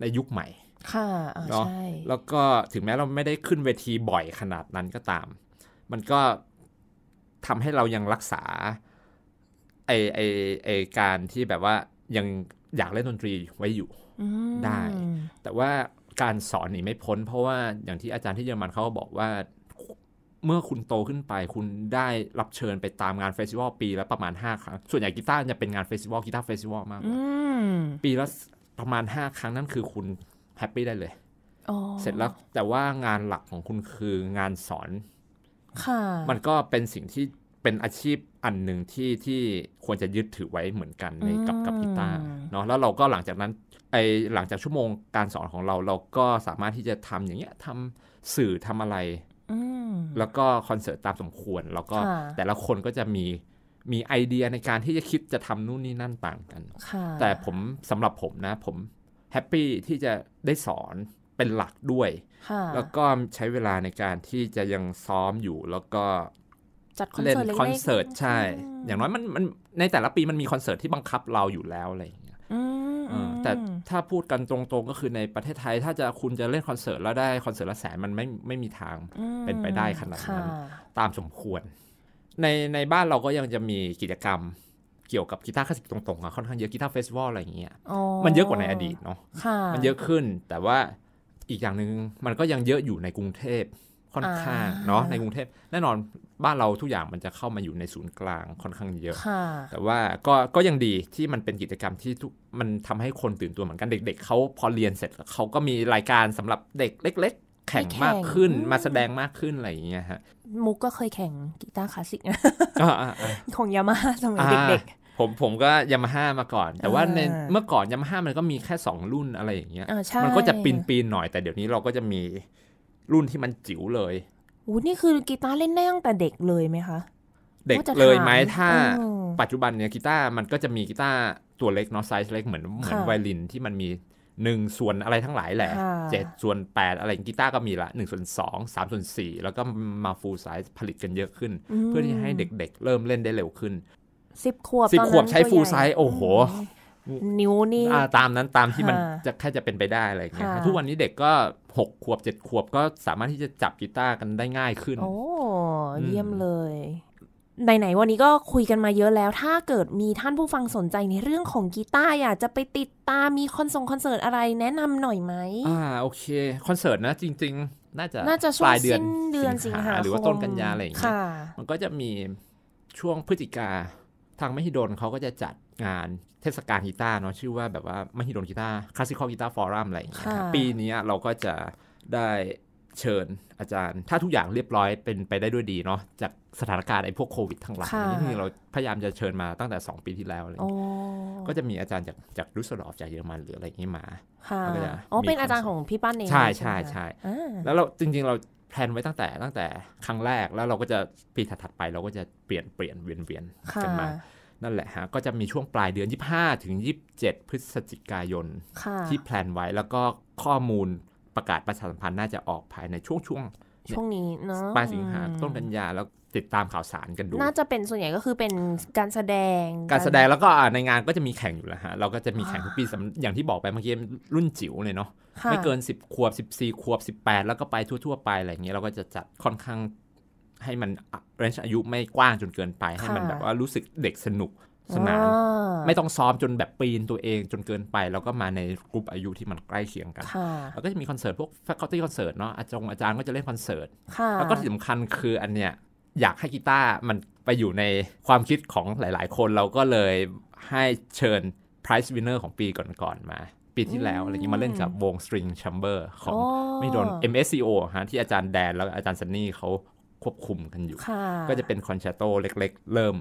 A: ในยุคใหม่
B: ค่ะอ่า
A: เนาะ
B: ใช่
A: แล้วก็ถึงแม้เราไม่ได้ขึ้นเวทีบ่อยขนาดนั้นก็ตาม มันก็ทำให้เรายังรักษาไอไอไอการที่แบบว่ายังอยากเล่นดนตรีไว้อยู่
B: อืม
A: ได้ แต่ว่าการสอนหนีไม่พ้น เพราะว่าอย่างที่อาจารย์ที่เยอรมันเขาก็บอกว่า เมื่อคุณโตขึ้นไปคุณได้รับเชิญไปตามงานเฟสติวัลปีละประมาณ 5 ครั้ง ส่วนใหญ่กีตาร์จะเป็นงานเฟสติวัลกีตาร์เฟสติวัลมากก
B: อื
A: ว่าม ปีละประมาณ 5 ครั้งนั่นคือคุณแฮปปี้ได้เลย
B: อ๋อ
A: เสร็จแล้วแต่ว่างานหลักของคุณคืองานสอน
B: ค่ะ
A: มันก็เป็นสิ่งที่เป็นอาชีพอันหนึ่งที่ที่ควรจะยึดถือไว้เหมือนกันในกับกับกีตาร์เนาะแล้วเราก็หลังจากนั้นไอหลังจากชั่วโมงการสอนของเราเราก็สามารถที่จะทำอย่างเงี้ยทำสื่อทำอะไร
B: อืม
A: แล้วก็คอนเสิร์ตตามสมควร แล้วก็
B: ค่ะ
A: แต่ละคนก็จะมีมีไอเดียในการที่จะคิดจะทำนู่นนี่นั่นต่างกัน
B: ค่ะ
A: แต่ผมสำหรับผมนะผมแฮปปี้ที่จะได้สอนเป็นหลักด้วย
B: ค่ะ
A: แล้วก็ใช้เวลาในการที่จะยังซ้อมอยู่แล้วก็
B: จัดคอน
A: เล่น
B: เสิร์ต
A: คอนเสิร์ตใช่
B: อ
A: อย่างน้อยมันมันในแต่ละปีมันมีคอนเสิร์ตที่บังคับเราอยู่แล้วอะไรอย่างเงี้ย
B: อืม
A: เออแต่ถ้าพูดกันตรงๆก็คือในประเทศไทย ถ้าจะคุณจะเล่นคอนเสิร์ตแล้วได้คอนเสิร์ตละแสนมันไม่ไม่มีทาง
B: อืม
A: เป็นไปได้ขนาดนั้น
B: ค่ะ
A: ตามสมควร ในในบ้านเราก็ยังจะมีกิจกรรมเกี่ยวกับกีตาร์คลาสสิกตรงๆอะค่อนข้างเยอะกีตาร์เฟสติวัลอะไรอย่างเงี้ย
B: อ๋อ
A: มันเยอะกว่าในอดีตเนาะ
B: ค่ะ
A: มันเยอะขึ้น แต่ว่าอีกอย่างหนึ่งมันก็ยังเยอะอยู่ในกรุงเทพค่อนข้างเนาะในกรุงเทพแน่นอนบ้านเราทุกอย่างมันจะเข้ามาอยู่ในศูนย์กลางค่อนข้างเยอะ
B: ค่ะ
A: แต่ว่าก็ก็ยังดีที่มันเป็นกิจกรรมที่ทุกมันทำให้คนตื่นตัวเหมือนกันเด็ก ๆเขาพอเรียนเสร็จเขาก็มีรายการสำหรับเด็กเล็ก ๆ แข่งมากขึ้นมาแสดงมากขึ้นอะไรอย่างเงี้ยฮะ
B: มุกก็เคยแข่งกีตาร์คลาสสิก นะ
A: อ่าอ่าอ่า
B: ของยามาฮ่าสมัยเด็ก
A: ผมผมก็ยามาฮ่ามาก่อน แต่ว่าใน
B: อ่า
A: เมื่อก่อนยามาฮ่ามันก็มีแค่ 2 รุ่นอะไรอย่างเงี้ย
B: ๆอ่าใช่
A: มันก็จะปีนปีนๆหน่อยแต่เดี๋ยวนี้เราก็จะมีรุ่นที่มันจิ๋วเลย
B: อู้นี่คือกีตาร์เล่นได้ตั้งแต่เด็กเลยไหมคะ
A: เด็ก
B: ว่าจะถาม
A: เลยไหมถ้า
B: เออ
A: ปัจจุบันเนี่ยกีตาร์มันก็จะมีกีตาร์ตัวเล็กเนาะไซส์เล็กเหมือนเหมือน
B: ค่ะ
A: ไวลินที่มันมี หนึ่งส่วนอะไรทั้งหลายแหละ
B: ค่ะ
A: เจ็ดส่วนแปดอะไรอย่างกีตาร์ก็มีละหนึ่งส่วนสองสามส่วนสี่แล้วก็มาฟูลไซส์ผลิตกันเยอะขึ้น เพื่อที่ให้เด็กๆ เริ่มเล่นได้เร็วขึ้น
B: สิบขวบ
A: สิบ
B: ตอนนั้น
A: ขวบใช้
B: ตัว
A: ฟูล
B: ญ่
A: ไซส์โอ้โห
B: นิ้วนี่
A: อ่าตามนั้นตามที่มัน
B: ค่ะ
A: จะแค่จะเป็นไปได้อะไรอย่างเงี้ย
B: ค่ะ
A: ทุกวันนี้เด็กก็หกขวบเจ็ดขวบก็สามารถที่จะจับกีตาร์กันได้ง่ายขึ้น
B: โอ้
A: อืม
B: เยี่ยมเลยไหนๆวันนี้ก็คุยกันมาเยอะแล้ว ถ้าเกิดมีท่านผู้ฟังสนใจในเรื่องของกีตาร์อยากจะไปติดตามมีคอนส่งคอนเสิร์ตอะไรแนะนำหน่อยไหม
A: อ่าโอเค คอนเสิร์ตนะจริง ๆ น่าจะ
B: น่าจะช่
A: ป
B: วง
A: ลายเดือ
B: สิ้
A: น
B: นเดือนสิงหาคม
A: หรือว่าต้นกันยาอะไรอย่างเงี้ย
B: ค่ะ
A: มันก็จะมีช่วงพฤศจิกาทางมหิดลเขาก็จะจัดงานเทศกาลกีตาร์เนาะชื่อว่าแบบว่ามหิดลกีตาร์คลาสสิคอลกีตาร์ฟอรัมอะไรอย่างเงี้ยครับ
B: ค่ะ
A: ปีนี้เราก็จะได้เชิญอาจารย์ ถ้าทุกอย่างเรียบร้อยเป็นไปได้ด้วยดีเนาะจากสถานการณ์ไอ้พวกโควิดทั้งหลาย
B: ค่ะ
A: นี่คือเราพยายามจะเชิญมาตั้งแต่ 2 ปีที่แล้วอะไรอย่าง
B: โอ้
A: เงี้ยก็จะมีอาจารย์จากจากรุสดอฟจากเยอรมันหรืออะไรอย่างเงี้ยมา
B: ค่ะ
A: มันก็จะ
B: อ๋อ
A: มี
B: เป็นอาจาร
A: คอนเสิร์ต
B: ย์ของพี่ปั้นเอง
A: ใช่
B: ไหมคะ
A: ใช่ใช่
B: อ่า
A: แล้วเราจริงๆเราแพลนไว้ตั้งแต่ตั้งแต่ครั้งแรกแล้วเราก็จะปีถัดๆไปเราก็จะเปลี่ยนเปลี่ยนเวียนเวียน
B: ค่ะ
A: กัมา นั่นแหละฮะ ก็จะมีช่วงปลายเดือน 25 ถึง 27 พฤศจิกายน
B: ค่ะ
A: ที่แพลนไว้แล้วก็ข้อมูลประกาศประชาสัมพันธ์น่าจะออกภายในช่วงช่วง
B: ช่วงนี้เนาะ
A: ปลายสิงหา
B: อืม
A: ต้นกันยาแล้วติดตามข่าวสารกันดู
B: น่าจะเป็นส่วนใหญ่ก็คือเป็นการแสดง
A: การแสดงแล้วก็อ่าในงานก็จะมีแข่งอยู่แล้วฮะเราก็จะมีแข่งทุกปีสำอย่างที่บอกไปเมื่อกี้รุ่นจิ๋วเลยเนาะ
B: ค่ะ
A: ไม่เกิน 10 ขวบ 14 ขวบ 18 แล้วก็ไปทั่ว ๆ ไปอะไรอย่างเงี้ยเราก็จะจัดค่อนข้างให้มันเรนจ์อายุไม่กว้างจนเกินไป ให้มัน
B: ค่ะ
A: แบบว่ารู้สึกเด็กสนุกสนาน
B: อ่
A: ไม่ต้องซ้อมจนแบบปีนตัวเองจนเกินไป แล้วก็มาในกลุ่มอายุที่มันใกล้เคียงกัน
B: ค่ะ
A: แล้วก็จะมีคอนเสิร์ตพวก faculty concert เนาะอาจารย์อาจารย์ก็จะเล่นคอนเสิร์ต
B: ค่ะ
A: แล้วก็ที่สำคัญคืออันเนี้ยอยากให้กีตาร์มันไปอยู่ในความคิดของหลาย ๆ คนเราก็เลยให้เชิญ prize winner ของปีก่อนๆมา ปีที่แล้วอะไรเงี้ยมาเล่นกับวง string chamber ของ
B: โ
A: ไม่โดน MSCO ฮะที่อาจารย์แดนแล้วก็อาจารย์ซันนี่เขาควบคุมกันอยู่
B: ค่ะ
A: ก็จะเป็นคอนแชตโตเล็ก ๆ เริ่ม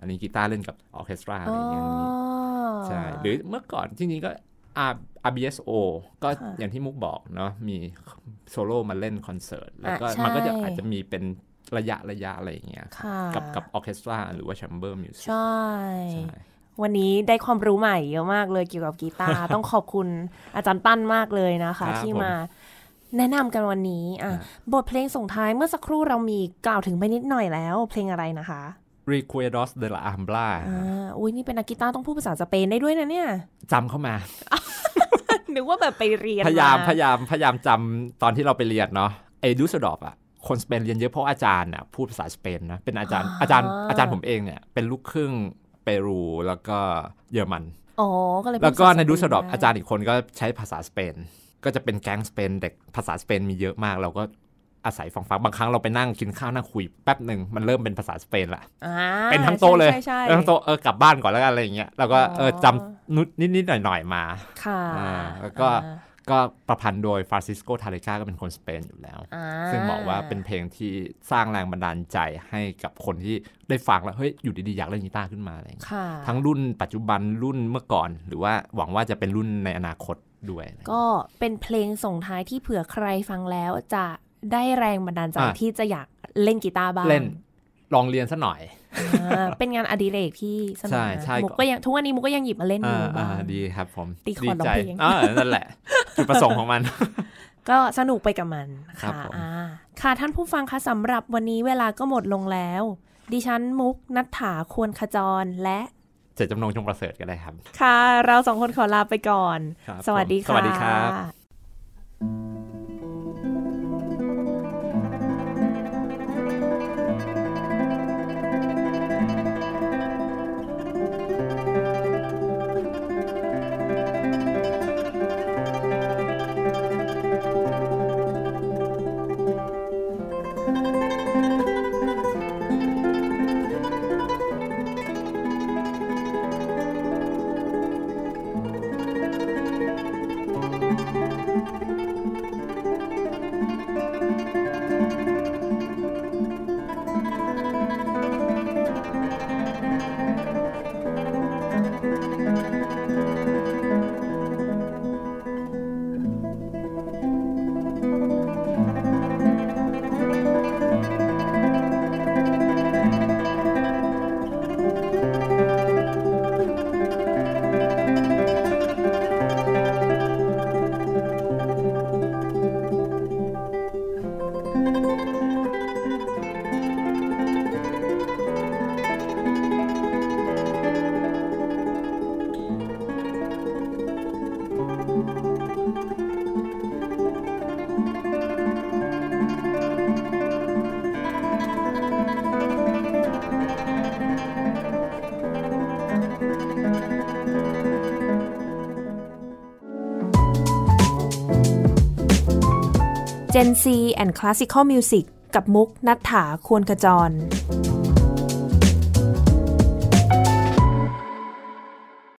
A: อันนี้กีตาร์เล่นกับออเคสตราอะไรอย่างเงี้ย
B: อ๋อ
A: ใช่ หรือเมื่อก่อนจริงๆก็ R RBSO ก็
B: ค่ะ
A: อย่างที่มุกบอกเนาะมีโซโล่มาเล่นคอนเสิร์ต แล้วก็
B: อ่ะใช่
A: มันก็จะอาจจะมีเป็นระยะระยะอะไรอย่างเงี้ย
B: ค่ะ
A: กับกับออเคสตราหรือว่าแชมเบอร์มิวสิก
B: ใช่ วันนี้ได้ความรู้ใหม่เยอะมากเลยเกี่ยวกับกี ตาร์ ต้องขอบคุณอาจารย์ปั้นมากเลยนะคะ ที่มาแนะนำกันวันนี้อ่ะบทเพลงส่งท้ายเมื่อสักครู่เรามีกล่าวถึงไปนิดหน่อยแล้ว เพลงอะไรนะคะ
A: รีคว i ดอสเดล a อาร์มบลา
B: อ่าอุ้ยนี่เป็นนักกีตาร์ต้องพูดภาษาสเปนได้ด้วยนะ เนี่ย
A: จำเข้ามา
B: นึกว่าแบบไปเรียน
A: พยายามพ
B: พยา
A: า
B: ย
A: ยามพยายามจำตอนที่เราไปเรียนเนาะไอ้ดูสดอปอะคนสเปนเรียนเยอะเพราะอาจารย์อะพูดภาษาสเปนนะเป็นอาจารย์อาจารย์อาจารย์ผมเองเนี่ยเป็นลูกครึ่งเปรูแล้วก็เยอรมัน
B: อ๋อก็เลยพู
A: แล้วก็ในดูสดอบ
B: ภษเปไ
A: อาจารย์อีกคนก็ใช้ภาษาสเปน ก็จะเป็นแก๊งสเปนเด็กภาษาสเปนมีเยอะมาก เราก็อาศัยฟังฟังบางครั้งเราไปนั่งกินข้าวนั่งคุยแป๊บหนึ่งมันเริ่มเป็นภาษาสเปนละ
B: อ่า
A: เป็นทั้งโต๊ะเลย
B: ใช่ใช่
A: เป็นทั้งโต๊ะเออกลับบ้านก่อนแล้วกันอะไรอย่างเงี้ยเราก็เออจำนุดนิดนิดหน่อยหน่อยๆมา
B: ค่ะ
A: อ่าแล้วก็
B: อ่า
A: ก็ประพันธ์โดยฟรานซิสโกทาเลกาก็เป็นคนสเปนอยู่แล้ว
B: อ่า
A: ซึ่งบอกว่าเป็นเพลงที่สร้างแรงบันดาลใจให้กับคนที่ได้ฟังแล้วเฮ้ยอยู่ดีๆอยากเล่นกีตาร์ขึ้นมาอะไรอย่างเงี้ย
B: ค่ะ
A: ทั้งรุ่นปัจจุบันรุ่นเมื่อก่อน หรือว่าหวังว่าจะเป็นรุ่นในอนาคตด้วยอะไร
B: ก็เป็นเพลงส่งท้ายที่เผื่อใครฟังแล้วจะได้แรงบันดาลใจ
A: อ่ะ
B: ที่จะอยากเล่นกีตาร์บ้าง
A: เล่นลองเรียนซะหน่อย
B: อ่าเป็นงานอดิเรกที่สนุก
A: ใช่
B: นะ
A: ใช่
B: มุกก็ยังทุกวันนี้มุกก็ยังหยิบมาเล่นอยู่
A: อ่า
B: บ้า
A: อ่าง ดีครับผม
B: ตีคอร์ดร้อง
A: ใจ
B: เพลง
A: อ่านั่นแหละ จุดประสงค์ของมัน
B: ก็สนุกไปกับมัน
A: ครับ
B: ค่ะ
A: ผม
B: อ่าค่ะท่านผู้ฟังคะสำหรับวันนี้เวลาก็หมดลงแล้ว ดิฉันมุกนัฐถาควรขจรและ
A: เจตจำนงชงประเสริฐก็ได้ครับ
B: ค่ะ เราสองคนขอลาไปก่อน
A: ครับ
B: สวัสดี
A: ผม
B: ค่ะ
A: สวัสดีครับ
D: 「
B: Gen Z and Classical Music กับมุกนัฐถาควรขจร